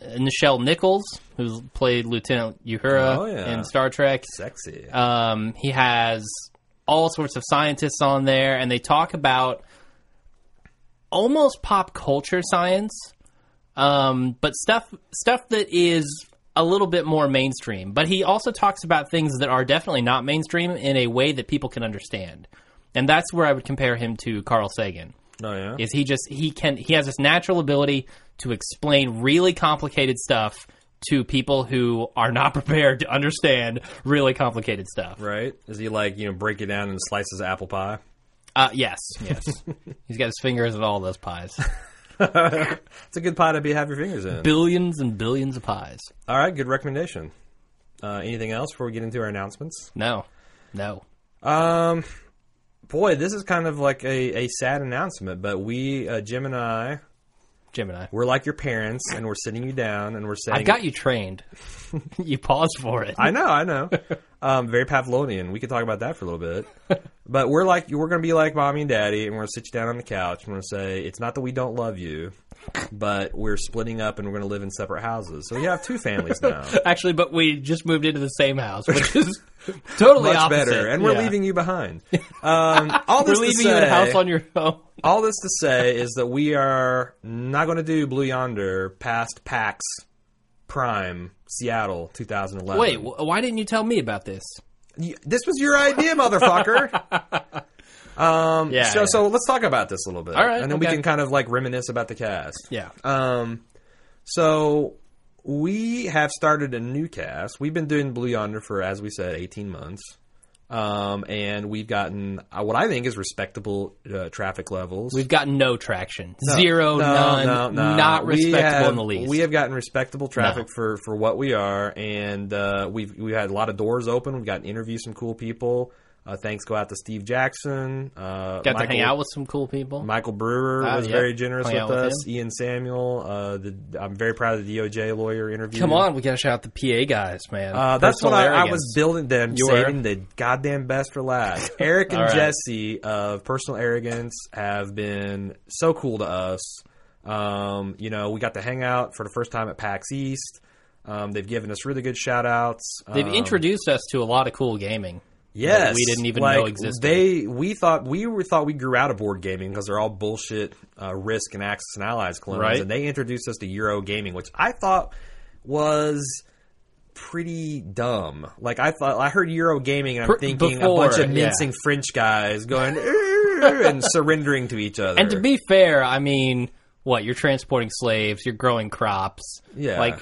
[SPEAKER 1] Nichelle Nichols, who's played Lieutenant Uhura
[SPEAKER 2] Oh, yeah.
[SPEAKER 1] in Star Trek.
[SPEAKER 2] Sexy.
[SPEAKER 1] Um, he has all sorts of scientists on there, and they talk about almost pop culture science, um, but stuff stuff that is a little bit more mainstream. But he also talks about things that are definitely not mainstream in a way that people can understand, and that's where I would compare him to Carl Sagan
[SPEAKER 2] oh yeah.
[SPEAKER 1] is he just he can he has this natural ability to explain really complicated stuff to people who are not prepared to understand really complicated stuff.
[SPEAKER 2] Right? Is he like you know break it down and slices of apple pie?
[SPEAKER 1] Uh, yes, yes, he's got his fingers in all those pies,
[SPEAKER 2] It's a good pie to be have your fingers in.
[SPEAKER 1] billions and billions of pies.
[SPEAKER 2] All right, good recommendation. Uh, anything else before we get into our announcements?
[SPEAKER 1] No, no,
[SPEAKER 2] Um, boy, this is kind of like a, a sad announcement, but we, uh, Jim and I,
[SPEAKER 1] Gemini.
[SPEAKER 2] we're like your parents, and we're sitting you down, and we're saying,
[SPEAKER 1] I've got you trained. you paused for it.
[SPEAKER 2] I know, I know. Um, very Pavlovian. We could talk about that for a little bit. But we're like, we're going to be like mommy and daddy, and we're going to sit you down on the couch, and we're going to say, it's not that we don't love you, but we're splitting up, and we're going to live in separate houses. So we have two families now.
[SPEAKER 1] Actually, but we just moved into the same house, which is totally
[SPEAKER 2] Much
[SPEAKER 1] opposite.
[SPEAKER 2] better, and we're
[SPEAKER 1] Yeah.
[SPEAKER 2] leaving you behind. Um, all
[SPEAKER 1] We're
[SPEAKER 2] this to
[SPEAKER 1] leaving you in a
[SPEAKER 2] say-
[SPEAKER 1] house on your own.
[SPEAKER 2] All this to say is that we are not going to do Blue Yonder past PAX Prime Seattle 2011.
[SPEAKER 1] Wait, wh- why didn't you tell me about this?
[SPEAKER 2] Y- this was your idea, motherfucker. Um,
[SPEAKER 1] Yeah.
[SPEAKER 2] so,
[SPEAKER 1] yeah.
[SPEAKER 2] so let's talk about this a little bit,
[SPEAKER 1] All right,
[SPEAKER 2] and then we
[SPEAKER 1] okay.
[SPEAKER 2] can kind of like reminisce about the cast.
[SPEAKER 1] Yeah.
[SPEAKER 2] Um, so we have started a new cast. We've been doing Blue Yonder for, as we said, eighteen months. Um, and we've gotten uh, what I think is respectable uh, traffic levels.
[SPEAKER 1] We've gotten no traction. Zero, none, not
[SPEAKER 2] We
[SPEAKER 1] respectable
[SPEAKER 2] have-
[SPEAKER 1] in the least.
[SPEAKER 2] We have gotten respectable traffic
[SPEAKER 1] No.
[SPEAKER 2] for, for what we are, and uh, we've we had a lot of doors open. We've gotten interviews some cool people. Uh, thanks go out to Steve Jackson. Uh,
[SPEAKER 1] Got
[SPEAKER 2] Michael,
[SPEAKER 1] to hang out with some cool people.
[SPEAKER 2] Michael Brewer
[SPEAKER 1] Ah,
[SPEAKER 2] was
[SPEAKER 1] yeah.
[SPEAKER 2] very generous
[SPEAKER 1] Hung
[SPEAKER 2] with
[SPEAKER 1] out with
[SPEAKER 2] us. Ian Samuel. Uh, the, I'm very proud of the DOJ lawyer interview.
[SPEAKER 1] Come on, we got to shout out the PA guys, man.
[SPEAKER 2] Uh, that's
[SPEAKER 1] Personal
[SPEAKER 2] what I, I
[SPEAKER 1] arrogance.
[SPEAKER 2] was building them,
[SPEAKER 1] You
[SPEAKER 2] saving the goddamn best for last. Eric and
[SPEAKER 1] All right.
[SPEAKER 2] Jesse of Personal Arrogance have been so cool to us. Um, you know, we got to hang out for the first time at PAX East. Um, they've given us really good Um, shout outs.
[SPEAKER 1] They've introduced us to a lot of cool gaming.
[SPEAKER 2] Yes,
[SPEAKER 1] that we didn't even
[SPEAKER 2] like,
[SPEAKER 1] know existed.
[SPEAKER 2] They we thought we were thought we grew out of board gaming because they're all bullshit uh, Risk and Axis and Allies clones,
[SPEAKER 1] Right.
[SPEAKER 2] and they introduced us to Euro gaming, which I thought was pretty dumb. Like I thought I heard Euro gaming, and I'm
[SPEAKER 1] Pr-
[SPEAKER 2] thinking
[SPEAKER 1] before,
[SPEAKER 2] a bunch of
[SPEAKER 1] yeah.
[SPEAKER 2] mincing French guys going "Err," and surrendering to each other.
[SPEAKER 1] And to be fair, I mean, what you're transporting slaves, you're growing crops.
[SPEAKER 2] Yeah. Mm,
[SPEAKER 1] like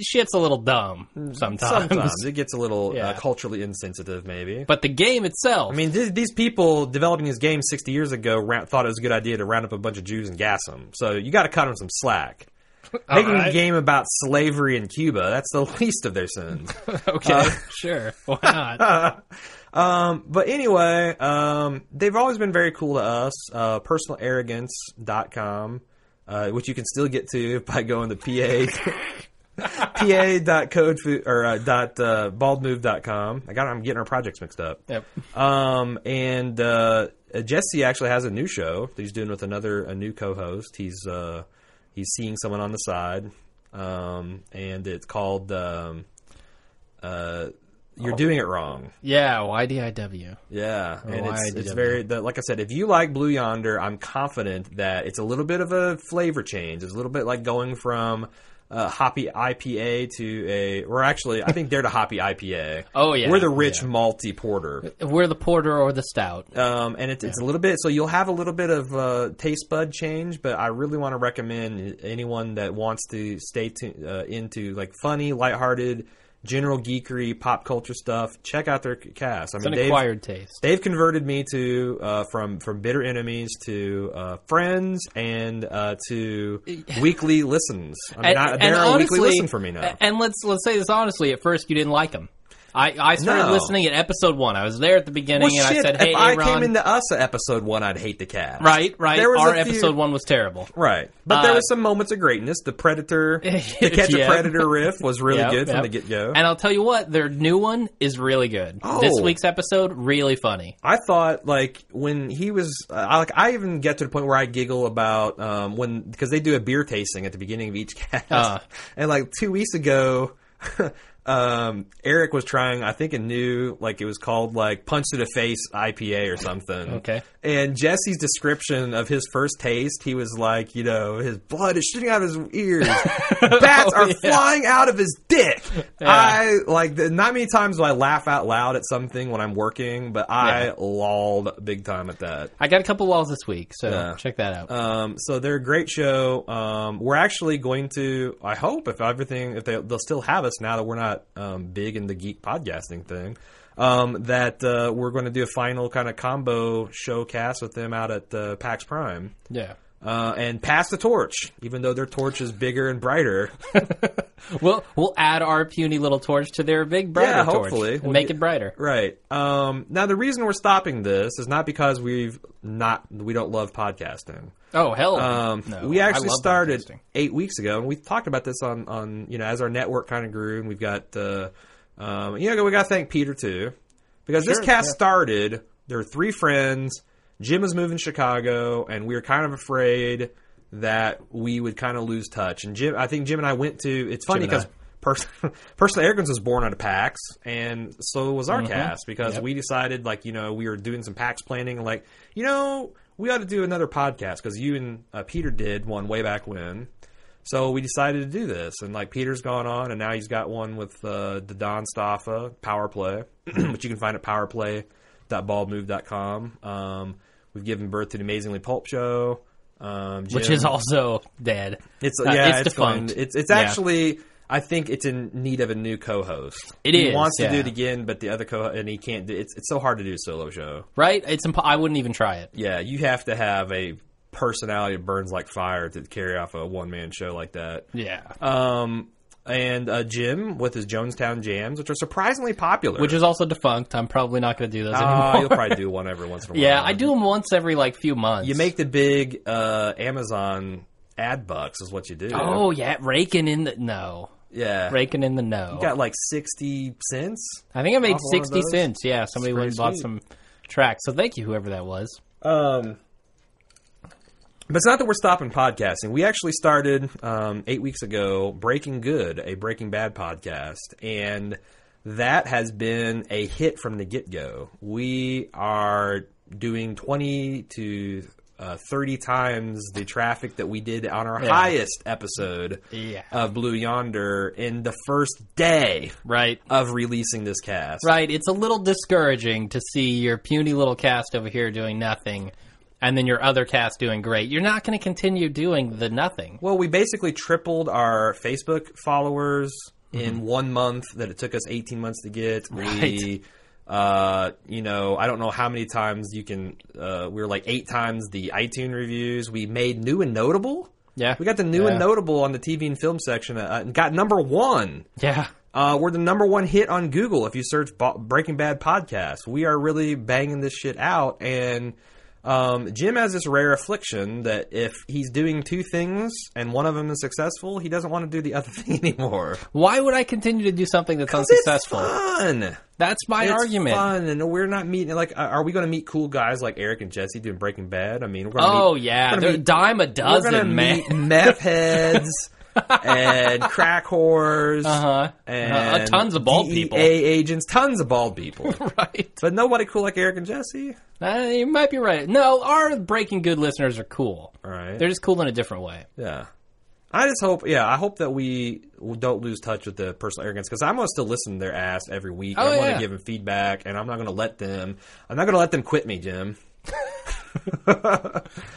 [SPEAKER 1] shit's a little dumb sometimes.
[SPEAKER 2] Sometimes it gets a little
[SPEAKER 1] Yeah.
[SPEAKER 2] uh, culturally insensitive, maybe.
[SPEAKER 1] But the game itself,
[SPEAKER 2] I mean, th- these people developing this game 60 years ago ra- thought it was a good idea to round up a bunch of Jews and gas them. So you got to cut them some slack. Making a
[SPEAKER 1] right.
[SPEAKER 2] game about slavery in Cuba, that's the least of their sins.
[SPEAKER 1] okay,
[SPEAKER 2] uh,
[SPEAKER 1] sure, why not?
[SPEAKER 2] um, but anyway, um, they've always been very cool to us. Uh, personalarrogance.com, uh, which you can still get to by going to PA. pa.code or uh, dot uh, baldmove.com. I got I'm getting our projects mixed up.
[SPEAKER 1] Yep.
[SPEAKER 2] Um, and uh, Jesse actually has a new show that he's doing with another a new co-host. He's uh, he's seeing someone on the side, um, and it's called um, uh, "You're Doing It Wrong."
[SPEAKER 1] Yeah, YDIW.
[SPEAKER 2] Yeah,
[SPEAKER 1] Oh,
[SPEAKER 2] and it's
[SPEAKER 1] YDW.
[SPEAKER 2] it's very the, like I said. If you like Blue Yonder, I'm confident that it's a little bit of a flavor change. It's a little bit like going from. Uh, hoppy IPA to a, or actually, I think they're to hoppy IPA.
[SPEAKER 1] Oh, yeah,
[SPEAKER 2] we're the rich
[SPEAKER 1] yeah.
[SPEAKER 2] malty porter.
[SPEAKER 1] We're the porter or the stout.
[SPEAKER 2] Um, and it, it's a little bit, so you'll have a little bit of uh, taste bud change, but I really want to recommend anyone that wants to stay tu- uh, into like funny, lighthearted, general geekery, pop culture stuff. Check out their c- cast. I
[SPEAKER 1] It's an
[SPEAKER 2] mean, they've,
[SPEAKER 1] acquired taste.
[SPEAKER 2] they've converted me to uh, from from bitter enemies to uh, friends and uh, to weekly listens. I mean, I, they're a weekly listen for me now.
[SPEAKER 1] And let's let's say this honestly. At first, you didn't like them. I, I started
[SPEAKER 2] No.
[SPEAKER 1] listening at episode one. I was there at the beginning,
[SPEAKER 2] Well,
[SPEAKER 1] and
[SPEAKER 2] shit,
[SPEAKER 1] I said, "Hey,
[SPEAKER 2] if I
[SPEAKER 1] Aaron,
[SPEAKER 2] came into us at episode one, I'd hate the cast.
[SPEAKER 1] right, right."
[SPEAKER 2] There was
[SPEAKER 1] Our
[SPEAKER 2] a few-
[SPEAKER 1] episode one was terrible.
[SPEAKER 2] Right. But there
[SPEAKER 1] Uh,
[SPEAKER 2] was some moments of greatness. The Predator, the Catch
[SPEAKER 1] Yeah.
[SPEAKER 2] a Predator riff was really
[SPEAKER 1] Yep,
[SPEAKER 2] good from
[SPEAKER 1] yep.
[SPEAKER 2] the get go.
[SPEAKER 1] And I'll tell you what, their new one is really good.
[SPEAKER 2] Oh.
[SPEAKER 1] This week's episode really funny.
[SPEAKER 2] I thought like when he was, uh, I, like I even get to the point where I giggle about um, when because they do a beer tasting at the beginning of each cast,
[SPEAKER 1] Uh.
[SPEAKER 2] and like two weeks ago. Um, Eric was trying, I think, a new, like it was called like punch to the face IPA or something.
[SPEAKER 1] Okay.
[SPEAKER 2] And Jesse's description of his first taste, he was like, you know, his blood is shooting out of his ears. Bats are flying out of his dick. I like the, not many times do I laugh out loud at something when I'm working, but I
[SPEAKER 1] Yeah.
[SPEAKER 2] lolled big time at that.
[SPEAKER 1] I got a couple walls this week, so
[SPEAKER 2] Yeah.
[SPEAKER 1] check that out.
[SPEAKER 2] Um, so they're a great show. Um, we're actually going to, I hope, if everything, if they, they'll still have us now that we're not um, big in the geek podcasting thing, um, that uh, we're going to do a final kind of combo show cast with them out at uh, PAX Prime.
[SPEAKER 1] yeah.
[SPEAKER 2] Uh, and pass the torch, even though their torch is bigger and brighter.
[SPEAKER 1] We'll we'll add our puny little torch to their big brighter
[SPEAKER 2] Yeah,
[SPEAKER 1] torch
[SPEAKER 2] hopefully.
[SPEAKER 1] and
[SPEAKER 2] We'll
[SPEAKER 1] make
[SPEAKER 2] get-
[SPEAKER 1] it brighter.
[SPEAKER 2] Right. Um, now, the reason we're stopping this is not because we've not we don't love podcasting.
[SPEAKER 1] Oh hell,
[SPEAKER 2] Um,
[SPEAKER 1] no.
[SPEAKER 2] we
[SPEAKER 1] I
[SPEAKER 2] actually
[SPEAKER 1] love
[SPEAKER 2] started
[SPEAKER 1] podcasting.
[SPEAKER 2] eight weeks ago, and we talked about this on, on you know as our network kind of grew, and we've got uh, um, you know we got to thank Peter too because this
[SPEAKER 1] Sure,
[SPEAKER 2] cast
[SPEAKER 1] yeah.
[SPEAKER 2] started. There were three friends. Jim was moving to Chicago, and we were kind of afraid that we would kind of lose touch. And Jim, I think Jim and I went to. It's funny
[SPEAKER 1] Jim and
[SPEAKER 2] because. Pers- Personal Arrogance was born out of PAX, and so was
[SPEAKER 1] Mm-hmm.
[SPEAKER 2] our cast because we decided, like, you know, we were doing some PAX planning, and like, you know, we ought to do another podcast because you and uh, Peter did one way back when. So we decided to do this, and like Peter's gone on, and now he's got one with uh, the Don Staffa Power Play, which you can find at powerplay.baldmove.com. Um, we've given birth to the Amazingly Pulp Show, um,
[SPEAKER 1] which
[SPEAKER 2] Jim-
[SPEAKER 1] is also dead.
[SPEAKER 2] it's
[SPEAKER 1] Uh,
[SPEAKER 2] yeah,
[SPEAKER 1] it's
[SPEAKER 2] it's,
[SPEAKER 1] defunct.
[SPEAKER 2] gone. It's it's
[SPEAKER 1] Yeah.
[SPEAKER 2] actually. I think it's in need of a new co-host.
[SPEAKER 1] It
[SPEAKER 2] he
[SPEAKER 1] is,
[SPEAKER 2] wants to do
[SPEAKER 1] yeah.
[SPEAKER 2] it again, but the other co and he can't. Do, it's it's so hard to do a solo show.
[SPEAKER 1] right. It's impo- I wouldn't even try it.
[SPEAKER 2] Yeah, you have to have a personality that burns like fire to carry off a one man show like that.
[SPEAKER 1] Yeah,
[SPEAKER 2] Um, and uh, Jim with his Jonestown jams, which are surprisingly popular.
[SPEAKER 1] which is also defunct. I'm probably not going to do those
[SPEAKER 2] uh,
[SPEAKER 1] anymore.
[SPEAKER 2] you'll probably do one every once in a while.
[SPEAKER 1] Yeah, I do them once every like few months.
[SPEAKER 2] You make the big uh, Amazon ad bucks is what you do.
[SPEAKER 1] oh yeah, raking in the no,
[SPEAKER 2] yeah,
[SPEAKER 1] raking in the no.
[SPEAKER 2] You got like sixty cents.
[SPEAKER 1] I think I made
[SPEAKER 2] off one of
[SPEAKER 1] sixty
[SPEAKER 2] those?
[SPEAKER 1] cents. Yeah, somebody went and bought
[SPEAKER 2] sweet.
[SPEAKER 1] some tracks. So thank you, whoever that was.
[SPEAKER 2] Um, but it's not that we're stopping podcasting. We actually started um, eight weeks ago Breaking Good, a Breaking Bad podcast, and that has been a hit from the get go. We are doing 20 to uh, 30 times the traffic that we did on our
[SPEAKER 1] Yeah.
[SPEAKER 2] highest episode
[SPEAKER 1] Yeah.
[SPEAKER 2] of Blue Yonder in the first day
[SPEAKER 1] Right.
[SPEAKER 2] of releasing this cast.
[SPEAKER 1] Right, it's a little discouraging to see your puny little cast over here doing nothing, and then your other cast doing great, you're not going to continue doing the nothing.
[SPEAKER 2] Well, we basically tripled our Facebook followers
[SPEAKER 1] Mm-hmm.
[SPEAKER 2] in one month that it took us 18 months to get.
[SPEAKER 1] Right.
[SPEAKER 2] We, uh, you know, I don't know how many times you can. Uh, we were like eight times the iTunes reviews. We made new and notable.
[SPEAKER 1] Yeah.
[SPEAKER 2] We got the new and
[SPEAKER 1] Yeah.
[SPEAKER 2] notable on the TV and film section uh, and got number one.
[SPEAKER 1] Yeah.
[SPEAKER 2] Uh, we're the number one hit on Google if you search Bo- Breaking Bad podcast. We are really banging this shit out, and um, Jim has this rare affliction that if he's doing two things and one of them is successful, he doesn't want to do the other thing anymore.
[SPEAKER 1] Why would I continue to do something that's
[SPEAKER 2] It's
[SPEAKER 1] unsuccessful?
[SPEAKER 2] fun.
[SPEAKER 1] That's my
[SPEAKER 2] It's
[SPEAKER 1] argument.
[SPEAKER 2] fun, and we're not meeting. Like, uh, are we going to meet cool guys like Eric and Jesse doing Breaking Bad? I mean, we're going to
[SPEAKER 1] Oh
[SPEAKER 2] meet,
[SPEAKER 1] yeah, they're
[SPEAKER 2] we're gonna
[SPEAKER 1] a
[SPEAKER 2] meet-
[SPEAKER 1] dime a
[SPEAKER 2] we're
[SPEAKER 1] dozen,
[SPEAKER 2] going to
[SPEAKER 1] man.
[SPEAKER 2] meet meth heads and crack whores.
[SPEAKER 1] Uh-huh.
[SPEAKER 2] And
[SPEAKER 1] Uh, tons of bald
[SPEAKER 2] DEA
[SPEAKER 1] people.
[SPEAKER 2] agents, tons of bald people.
[SPEAKER 1] right.
[SPEAKER 2] But nobody cool like Eric and Jesse.
[SPEAKER 1] Uh, you might be right. No, our Breaking Good listeners are cool.
[SPEAKER 2] All right.
[SPEAKER 1] They're just cool in a different way.
[SPEAKER 2] yeah. I just hope, yeah, I hope that we don't lose touch with the personal arrogance because I'm going to still listen to their ass every week.
[SPEAKER 1] Oh,
[SPEAKER 2] I want to
[SPEAKER 1] yeah.
[SPEAKER 2] give them feedback, and I'm not going to let them. I'm not going to let them quit me, Jim.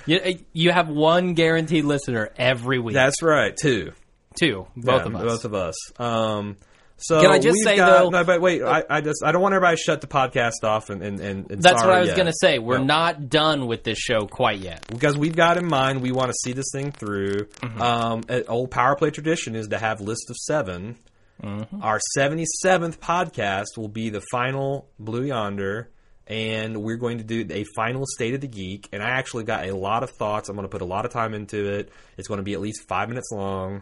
[SPEAKER 1] You, uh, you have one guaranteed listener every week.
[SPEAKER 2] That's right, too.
[SPEAKER 1] Two, both
[SPEAKER 2] Yeah,
[SPEAKER 1] of us.
[SPEAKER 2] Both of us. Um, so
[SPEAKER 1] Can I just
[SPEAKER 2] we've
[SPEAKER 1] say,
[SPEAKER 2] got,
[SPEAKER 1] though-
[SPEAKER 2] No, but wait, I, I just I don't want everybody to shut the podcast off and and, and, and
[SPEAKER 1] That's what
[SPEAKER 2] sorry
[SPEAKER 1] I was
[SPEAKER 2] yet.
[SPEAKER 1] going to say. We're
[SPEAKER 2] Yeah.
[SPEAKER 1] not done with this show quite yet.
[SPEAKER 2] because we've got in mind we want to see this thing through.
[SPEAKER 1] Mm-hmm.
[SPEAKER 2] Um, an old power play tradition is to have list of 7
[SPEAKER 1] Mm-hmm.
[SPEAKER 2] Our seventy seventh podcast will be the final Blue Yonder, and we're going to do a final State of the Geek. And I actually got a lot of thoughts. I'm going to put a lot of time into it. It's going to be at least five minutes long.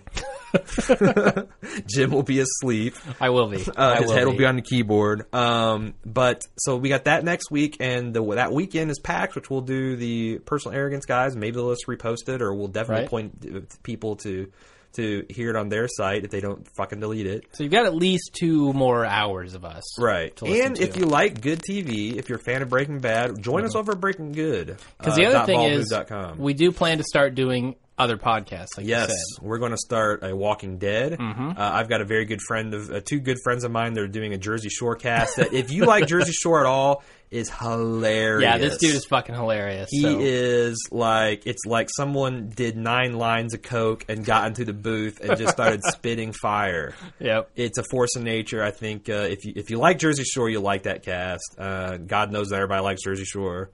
[SPEAKER 2] Jim will be asleep.
[SPEAKER 1] I will be.
[SPEAKER 2] Uh,
[SPEAKER 1] I
[SPEAKER 2] his
[SPEAKER 1] will
[SPEAKER 2] head will
[SPEAKER 1] be.
[SPEAKER 2] be on the keyboard. Um, but so we got that next week, and the, that weekend is PAX, which we'll do the personal arrogance guys. Maybe they'll just repost it, or we'll definitely
[SPEAKER 1] Right.
[SPEAKER 2] point uh, people to to hear it on their site if they don't fucking delete it.
[SPEAKER 1] So you've got at least two more hours of us.
[SPEAKER 2] Right.
[SPEAKER 1] to listen
[SPEAKER 2] And
[SPEAKER 1] to. Mm-hmm.
[SPEAKER 2] if you like good TV, if you're a fan of Breaking Bad, join us over at Breaking Good.
[SPEAKER 1] Because the
[SPEAKER 2] uh,
[SPEAKER 1] other
[SPEAKER 2] dot
[SPEAKER 1] thing
[SPEAKER 2] baldmove
[SPEAKER 1] is,
[SPEAKER 2] dot com.
[SPEAKER 1] we do plan to start doing other podcasts, like
[SPEAKER 2] Yes,
[SPEAKER 1] you said.
[SPEAKER 2] we're going to start a Walking Dead.
[SPEAKER 1] Mm-hmm.
[SPEAKER 2] Uh, I've got a very good friend of uh, two good friends of mine. They're doing a Jersey Shore cast. That if you like Jersey Shore at all, is hilarious.
[SPEAKER 1] Yeah, this dude is fucking hilarious.
[SPEAKER 2] He
[SPEAKER 1] so.
[SPEAKER 2] is like it's like someone did nine lines of coke and got into the booth and just started spitting fire.
[SPEAKER 1] Yep.
[SPEAKER 2] It's a force of nature. I think uh, if you if you like Jersey Shore, you'll like that cast. Uh, God knows that everybody likes Jersey Shore.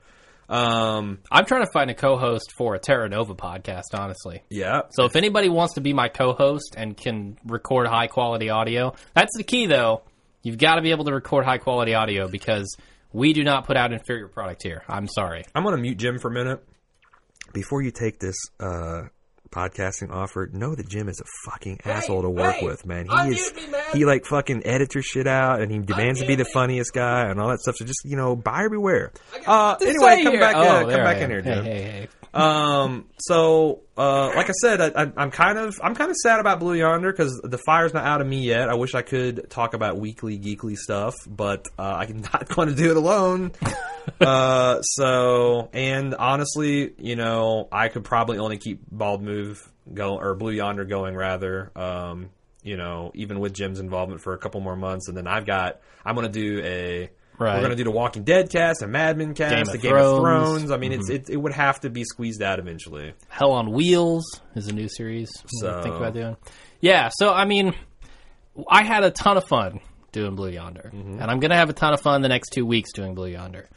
[SPEAKER 2] Um,
[SPEAKER 1] I'm trying to find a co-host for a Terra Nova podcast, honestly.
[SPEAKER 2] yeah.
[SPEAKER 1] So if anybody wants to be my co-host and can record high quality audio, that's the key though. You've got to be able to record high quality audio because we do not put out inferior product here. I'm sorry.
[SPEAKER 2] I'm going to mute Jim for a minute. Before you take this uh, podcasting offer, know that Jim is a fucking asshole to work with, man. He is he like fucking edits your shit out, and he demands to be the funniest guy and all that stuff. So just you know, buyer beware. Uh, anyway, come back, uh, come
[SPEAKER 1] Oh, there
[SPEAKER 2] back
[SPEAKER 1] I
[SPEAKER 2] in
[SPEAKER 1] am.
[SPEAKER 2] here,
[SPEAKER 1] Hey,
[SPEAKER 2] Jim.
[SPEAKER 1] hey, hey.
[SPEAKER 2] Um, so uh, like I said, I, I, I'm kind of I'm kind of sad about Blue Yonder because the fire's not out of me yet. I wish I could talk about weekly geekly stuff, but uh, I'm not going to do it alone. uh, so and honestly, you know, I could probably only keep Bald Move going or Blue Yonder going rather. Um, you know, even with Jim's involvement for a couple more months, and then I've got I'm going to do a.
[SPEAKER 1] Right.
[SPEAKER 2] We're gonna do the Walking Dead cast, a Mad Men cast,
[SPEAKER 1] Game of
[SPEAKER 2] the Game of
[SPEAKER 1] Thrones. Mm-hmm.
[SPEAKER 2] Thrones. I mean, it's it, it would have to be squeezed out eventually.
[SPEAKER 1] Hell on Wheels is a new series. So.
[SPEAKER 2] So-
[SPEAKER 1] Think about doing. Yeah. So I mean, I had a ton of fun doing Blue Yonder,
[SPEAKER 2] Mm-hmm.
[SPEAKER 1] and I'm gonna have a ton of fun the next two weeks doing Blue Yonder.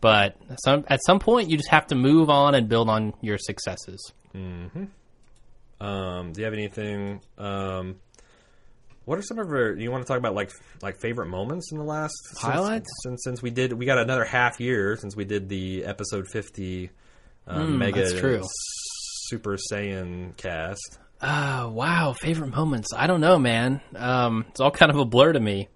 [SPEAKER 1] But some at some point, you just have to move on and build on your successes.
[SPEAKER 2] Um, do you have anything? Um, what are some of our? You want to talk about like like favorite moments in the last since-
[SPEAKER 1] Highlights?
[SPEAKER 2] Since, since we did, we got another half year since we did the episode fifty uh, mega
[SPEAKER 1] Mm, that's true.
[SPEAKER 2] Super Saiyan cast.
[SPEAKER 1] Uh, wow, favorite moments. I don't know, man. Um, it's all kind of a blur to me.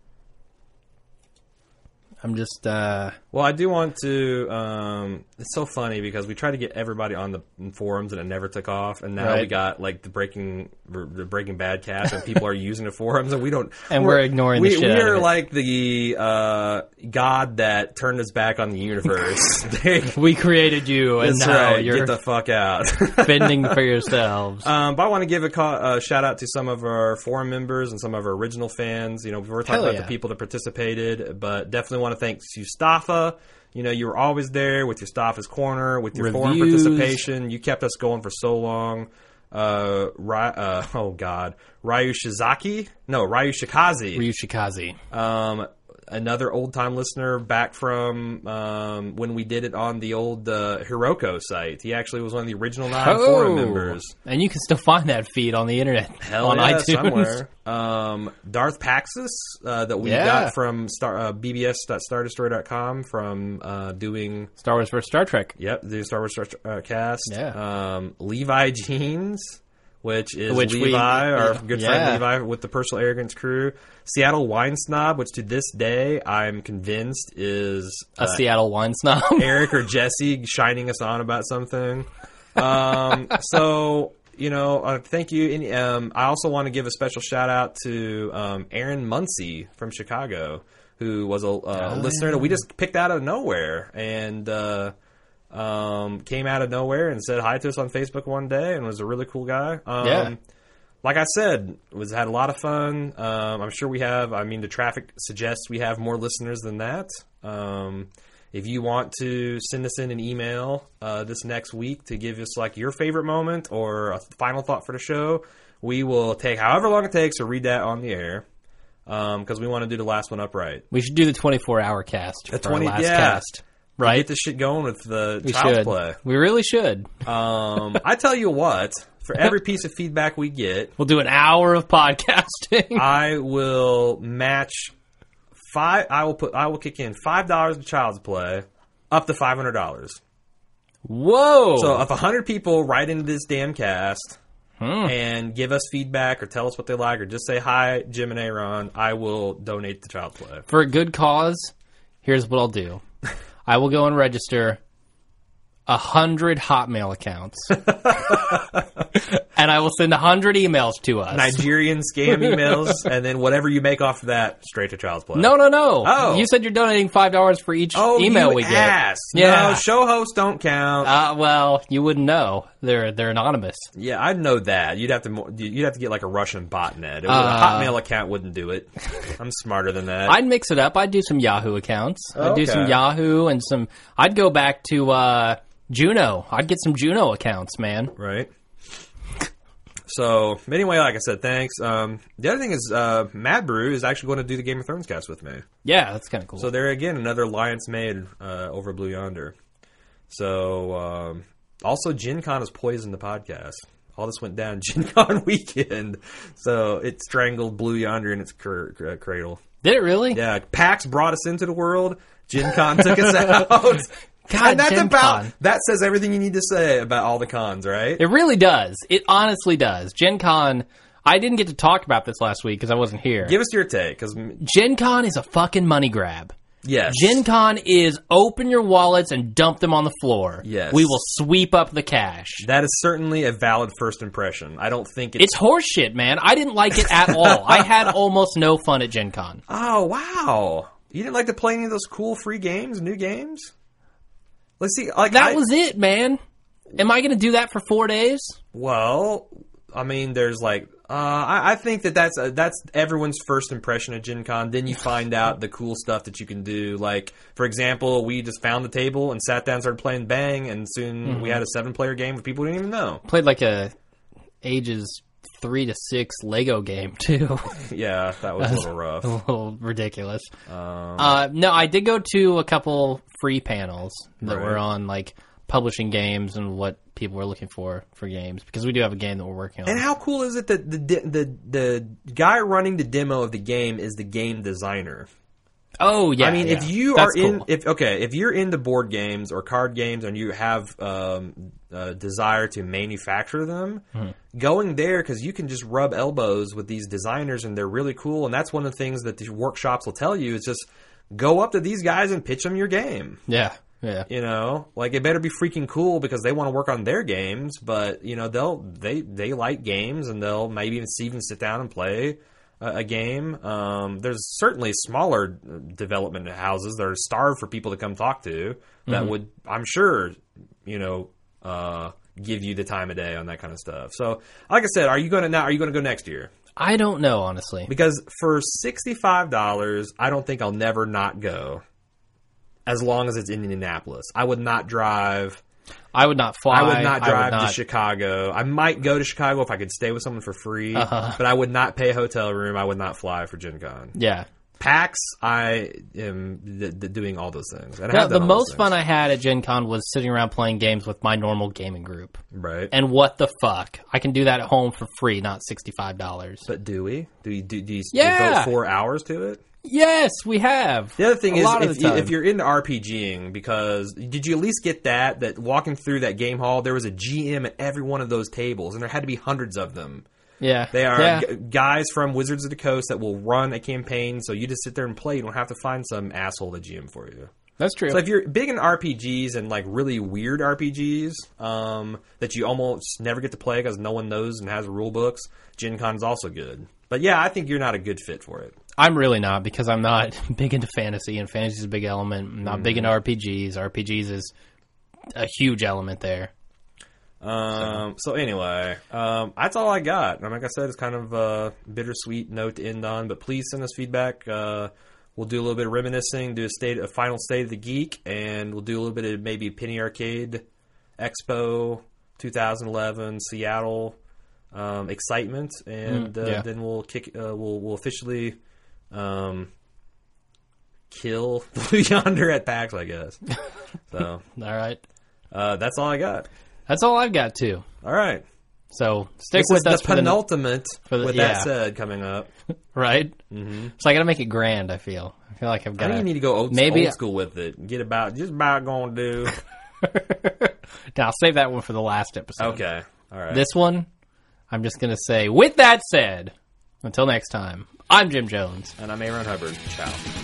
[SPEAKER 1] I'm just uh,
[SPEAKER 2] Well, I do want to. Um, it's so funny because we tried to get everybody on the forums and it never took off, and now we
[SPEAKER 1] Right.
[SPEAKER 2] got like the breaking the Breaking Bad cast, and people are using the forums, and we don't.
[SPEAKER 1] And we're ignoring the
[SPEAKER 2] we,
[SPEAKER 1] shit
[SPEAKER 2] We
[SPEAKER 1] out of
[SPEAKER 2] are
[SPEAKER 1] it.
[SPEAKER 2] like the uh, god that turned his back on the universe. That's
[SPEAKER 1] we created you, and now
[SPEAKER 2] right.
[SPEAKER 1] you're
[SPEAKER 2] Get the fuck out.
[SPEAKER 1] fending for yourselves.
[SPEAKER 2] Um, but I want to give a call, uh, shout out to some of our forum members and some of our original fans. You know, we were talking
[SPEAKER 1] Hell
[SPEAKER 2] about
[SPEAKER 1] yeah.
[SPEAKER 2] the people that participated, but definitely want to thank Sustafa, You know, you were always there with your Staff's Corner, with your forum
[SPEAKER 1] Reviews.
[SPEAKER 2] participation. You kept us going for so long. Uh, Ry- uh, oh God, Ryu Shizaki? No, Ryu Shikaze.
[SPEAKER 1] Ryu Shikaze.
[SPEAKER 2] Um, another old time listener back from um, when we did it on the old uh, Hiroko site. He actually was one of the original nine
[SPEAKER 1] Oh.
[SPEAKER 2] forum members.
[SPEAKER 1] And you can still find that feed on the internet
[SPEAKER 2] Hell
[SPEAKER 1] on
[SPEAKER 2] yeah,
[SPEAKER 1] iTunes.
[SPEAKER 2] somewhere. Um, Darth Paxis uh, that we
[SPEAKER 1] Yeah.
[SPEAKER 2] got from star, uh, bbs.stardestroyer.com from uh, doing
[SPEAKER 1] Star Wars vs. Star Trek.
[SPEAKER 2] yep the Star Wars Star, uh, cast.
[SPEAKER 1] Yeah.
[SPEAKER 2] Um, Levi Jeans. Which is
[SPEAKER 1] Which we-
[SPEAKER 2] Levi, our good
[SPEAKER 1] yeah.
[SPEAKER 2] friend Levi with the Personal Arrogance crew. Seattle Wine Snob, which to this day I'm convinced is uh,
[SPEAKER 1] A Seattle wine snob.
[SPEAKER 2] Eric or Jesse shining us on about something. Um, so you know, uh, thank you. And, um, I also want to give a special shout out to um, Aaron Muncie from Chicago, who was a uh, listener that we just picked out of nowhere and uh, um, came out of nowhere and said hi to us on Facebook one day and was a really cool guy. Um,
[SPEAKER 1] Yeah.
[SPEAKER 2] Like I said, was had a lot of fun. Um, I'm sure we have. I mean, the traffic suggests we have more listeners than that. Um, if you want to send us in an email uh, this next week to give us like your favorite moment or a final thought for the show, we will take however long it takes to read that on the air because we want to do the last one upright.
[SPEAKER 1] we should do the 24 hour cast. for
[SPEAKER 2] 20
[SPEAKER 1] our last
[SPEAKER 2] yeah.
[SPEAKER 1] cast.
[SPEAKER 2] Get
[SPEAKER 1] Right?
[SPEAKER 2] this shit going with the
[SPEAKER 1] we
[SPEAKER 2] child's
[SPEAKER 1] should.
[SPEAKER 2] play.
[SPEAKER 1] We really should.
[SPEAKER 2] Um, I tell you what, for every piece of feedback we get,
[SPEAKER 1] We'll do an hour of podcasting.
[SPEAKER 2] I will match five. I will put. I will kick in five dollars to Child's Play, up to five hundred dollars.
[SPEAKER 1] Whoa.
[SPEAKER 2] So if hundred people write into this damn cast
[SPEAKER 1] Hmm.
[SPEAKER 2] and give us feedback or tell us what they like or just say hi, Jim and Aaron, I will donate to Child's Play.
[SPEAKER 1] for a good cause, here's what I'll do. I will go and register a hundred Hotmail accounts, and I will send a hundred emails to us.
[SPEAKER 2] Nigerian scam emails, and then whatever you make off of that, straight to Child's Play.
[SPEAKER 1] no, no, no.
[SPEAKER 2] Oh.
[SPEAKER 1] You said you're donating five dollars for each
[SPEAKER 2] Oh,
[SPEAKER 1] email
[SPEAKER 2] you
[SPEAKER 1] we get.
[SPEAKER 2] ass.
[SPEAKER 1] Yeah.
[SPEAKER 2] No, show hosts don't count.
[SPEAKER 1] Uh, well, you wouldn't know. They're they're anonymous.
[SPEAKER 2] Yeah, I know that. You'd have to mo- you'd have to get like a Russian botnet. It would,
[SPEAKER 1] Uh,
[SPEAKER 2] a Hotmail account wouldn't do it. I'm smarter than that.
[SPEAKER 1] I'd mix it up. I'd do some Yahoo accounts. I'd do some
[SPEAKER 2] Okay.
[SPEAKER 1] Yahoo and some. I'd go back to uh, Juno. I'd get some Juno accounts, man.
[SPEAKER 2] right. So anyway, like I said, thanks. Um, the other thing is, uh, Mad Brew is actually going to do the Game of Thrones cast with me.
[SPEAKER 1] Yeah, that's kind of cool.
[SPEAKER 2] So there again, another alliance made uh, over Blue Yonder. So um, also, Gen Con has poisoned the podcast. All this went down Gen Con weekend, so it strangled Blue Yonder in its cur- cr- cradle.
[SPEAKER 1] Did it really?
[SPEAKER 2] Yeah, PAX brought us into the world. Gen Con took us out.
[SPEAKER 1] God,
[SPEAKER 2] and that's
[SPEAKER 1] Gen
[SPEAKER 2] about
[SPEAKER 1] Con.
[SPEAKER 2] that says everything you need to say about all the cons, right?
[SPEAKER 1] It really does. It honestly does. Gen Con, I didn't get to talk about this last week because I wasn't here.
[SPEAKER 2] Give us your take, because
[SPEAKER 1] Gen Con is a fucking money grab.
[SPEAKER 2] yes,
[SPEAKER 1] Gen Con is open your wallets and dump them on the floor.
[SPEAKER 2] Yes.
[SPEAKER 1] We will sweep up the cash.
[SPEAKER 2] that is certainly a valid first impression. I don't think it's,
[SPEAKER 1] It's horseshit, man. I didn't like it at all. I had almost no fun at Gen Con.
[SPEAKER 2] Oh wow, you didn't like to play any of those cool free games, new games. Let's see, like
[SPEAKER 1] That
[SPEAKER 2] I-
[SPEAKER 1] was it, man. Am I going to do that for four days?
[SPEAKER 2] Well, I mean, there's like, uh, I, I think that that's uh, that's everyone's first impression of Gen Con. Then you find out the cool stuff that you can do. Like, for example, we just found the table and sat down, and started playing Bang, and soon
[SPEAKER 1] Mm-hmm.
[SPEAKER 2] we had a seven-player game with people who didn't even know.
[SPEAKER 1] Played like a ages three to six Lego game, too.
[SPEAKER 2] yeah, that was a little rough.
[SPEAKER 1] a little ridiculous.
[SPEAKER 2] Um,
[SPEAKER 1] uh, no, I did go to a couple free panels that
[SPEAKER 2] Right.
[SPEAKER 1] were on like publishing games and what people were looking for for games because we do have a game that we're working on.
[SPEAKER 2] And how cool is it that the de- the the guy running the demo of the game is the game designer?
[SPEAKER 1] oh yeah,
[SPEAKER 2] I mean,
[SPEAKER 1] yeah.
[SPEAKER 2] if you
[SPEAKER 1] That's
[SPEAKER 2] are in,
[SPEAKER 1] cool.
[SPEAKER 2] if okay, if you're into board games or card games and you have um, a desire to manufacture them,
[SPEAKER 1] Mm-hmm.
[SPEAKER 2] going there because you can just rub elbows with these designers and they're really cool. And that's one of the things that the workshops will tell you is just go up to these guys and pitch them your game.
[SPEAKER 1] yeah, yeah,
[SPEAKER 2] You know, like it better be freaking cool because they want to work on their games, but you know they'll they they like games and they'll maybe even even sit down and play a, a game. Um, there's certainly smaller uh, development houses that are starved for people to come talk to that would I'm sure you know uh, give you the time of day on that kind of stuff. So, like I said, are you going to now? Are you going to go next year?
[SPEAKER 1] I don't know honestly.
[SPEAKER 2] Because for sixty five dollars, I don't think I'll never not go. as long as it's in Indianapolis. I would not drive.
[SPEAKER 1] I would not fly.
[SPEAKER 2] I would not drive
[SPEAKER 1] not-
[SPEAKER 2] to Chicago. I might go to Chicago if I could stay with someone for free,
[SPEAKER 1] Uh-huh.
[SPEAKER 2] but I would not pay a hotel room. I would not fly for Gen Con.
[SPEAKER 1] Yeah.
[SPEAKER 2] PAX, I am th- th- doing all those things. And I
[SPEAKER 1] No,
[SPEAKER 2] have done
[SPEAKER 1] the
[SPEAKER 2] all those
[SPEAKER 1] most fun
[SPEAKER 2] things.
[SPEAKER 1] I had at Gen Con was sitting around playing games with my normal gaming group.
[SPEAKER 2] right?
[SPEAKER 1] And what the fuck? I can do that at home for free, not $65.
[SPEAKER 2] but do we? Do we do, do you
[SPEAKER 1] Yeah.
[SPEAKER 2] devote four hours to it?
[SPEAKER 1] yes, we have.
[SPEAKER 2] The other thing
[SPEAKER 1] A
[SPEAKER 2] is,
[SPEAKER 1] lot of
[SPEAKER 2] if,
[SPEAKER 1] the
[SPEAKER 2] you,
[SPEAKER 1] time.
[SPEAKER 2] if you're into RPGing, because did you at least get that? That walking through that game hall, there was a GM at every one of those tables, and there had to be hundreds of them.
[SPEAKER 1] Yeah.
[SPEAKER 2] They are
[SPEAKER 1] Yeah.
[SPEAKER 2] g- guys from Wizards of the Coast that will run a campaign, so you just sit there and play. You don't have to find some asshole to GM for you.
[SPEAKER 1] That's true.
[SPEAKER 2] So if you're big in RPGs and like really weird RPGs um, that you almost never get to play because no one knows and has rule books, Gen Con's also good. But yeah, I think you're not a good fit for it.
[SPEAKER 1] I'm really not because I'm not big into fantasy, and fantasy is a big element. I'm not big
[SPEAKER 2] Mm-hmm.
[SPEAKER 1] into RPGs. RPGs is a huge element there.
[SPEAKER 2] Um, so. anyway, um, that's all I got. And like I said, it's kind of a bittersweet note to end on. But please send us feedback. Uh, we'll do a little bit of reminiscing, do a state, a final state of the geek, and we'll do a little bit of maybe Penny Arcade Expo 2011 Seattle um, excitement, and uh,
[SPEAKER 1] yeah.
[SPEAKER 2] then we'll kick. Uh, we'll we'll officially. Um, Kill Blue Yonder at PAX, I guess. So
[SPEAKER 1] All right,
[SPEAKER 2] uh, that's all I got.
[SPEAKER 1] that's all I've got too.
[SPEAKER 2] All right.
[SPEAKER 1] So stick
[SPEAKER 2] This
[SPEAKER 1] with us
[SPEAKER 2] is the
[SPEAKER 1] for the n-
[SPEAKER 2] penultimate.
[SPEAKER 1] the-
[SPEAKER 2] with
[SPEAKER 1] yeah.
[SPEAKER 2] that said, coming up,
[SPEAKER 1] right. Mm-hmm. So I got to make it grand. I feel. I feel like I've
[SPEAKER 2] I
[SPEAKER 1] got.
[SPEAKER 2] think you need to go old,
[SPEAKER 1] Maybe-
[SPEAKER 2] old school with it. Get about just about going to do.
[SPEAKER 1] Now I'll save that one for the last episode.
[SPEAKER 2] Okay, all right.
[SPEAKER 1] This one, I'm just gonna say. With that said, until next time, I'm Jim Jones.
[SPEAKER 2] and I'm Aaron Hubbard. Ciao.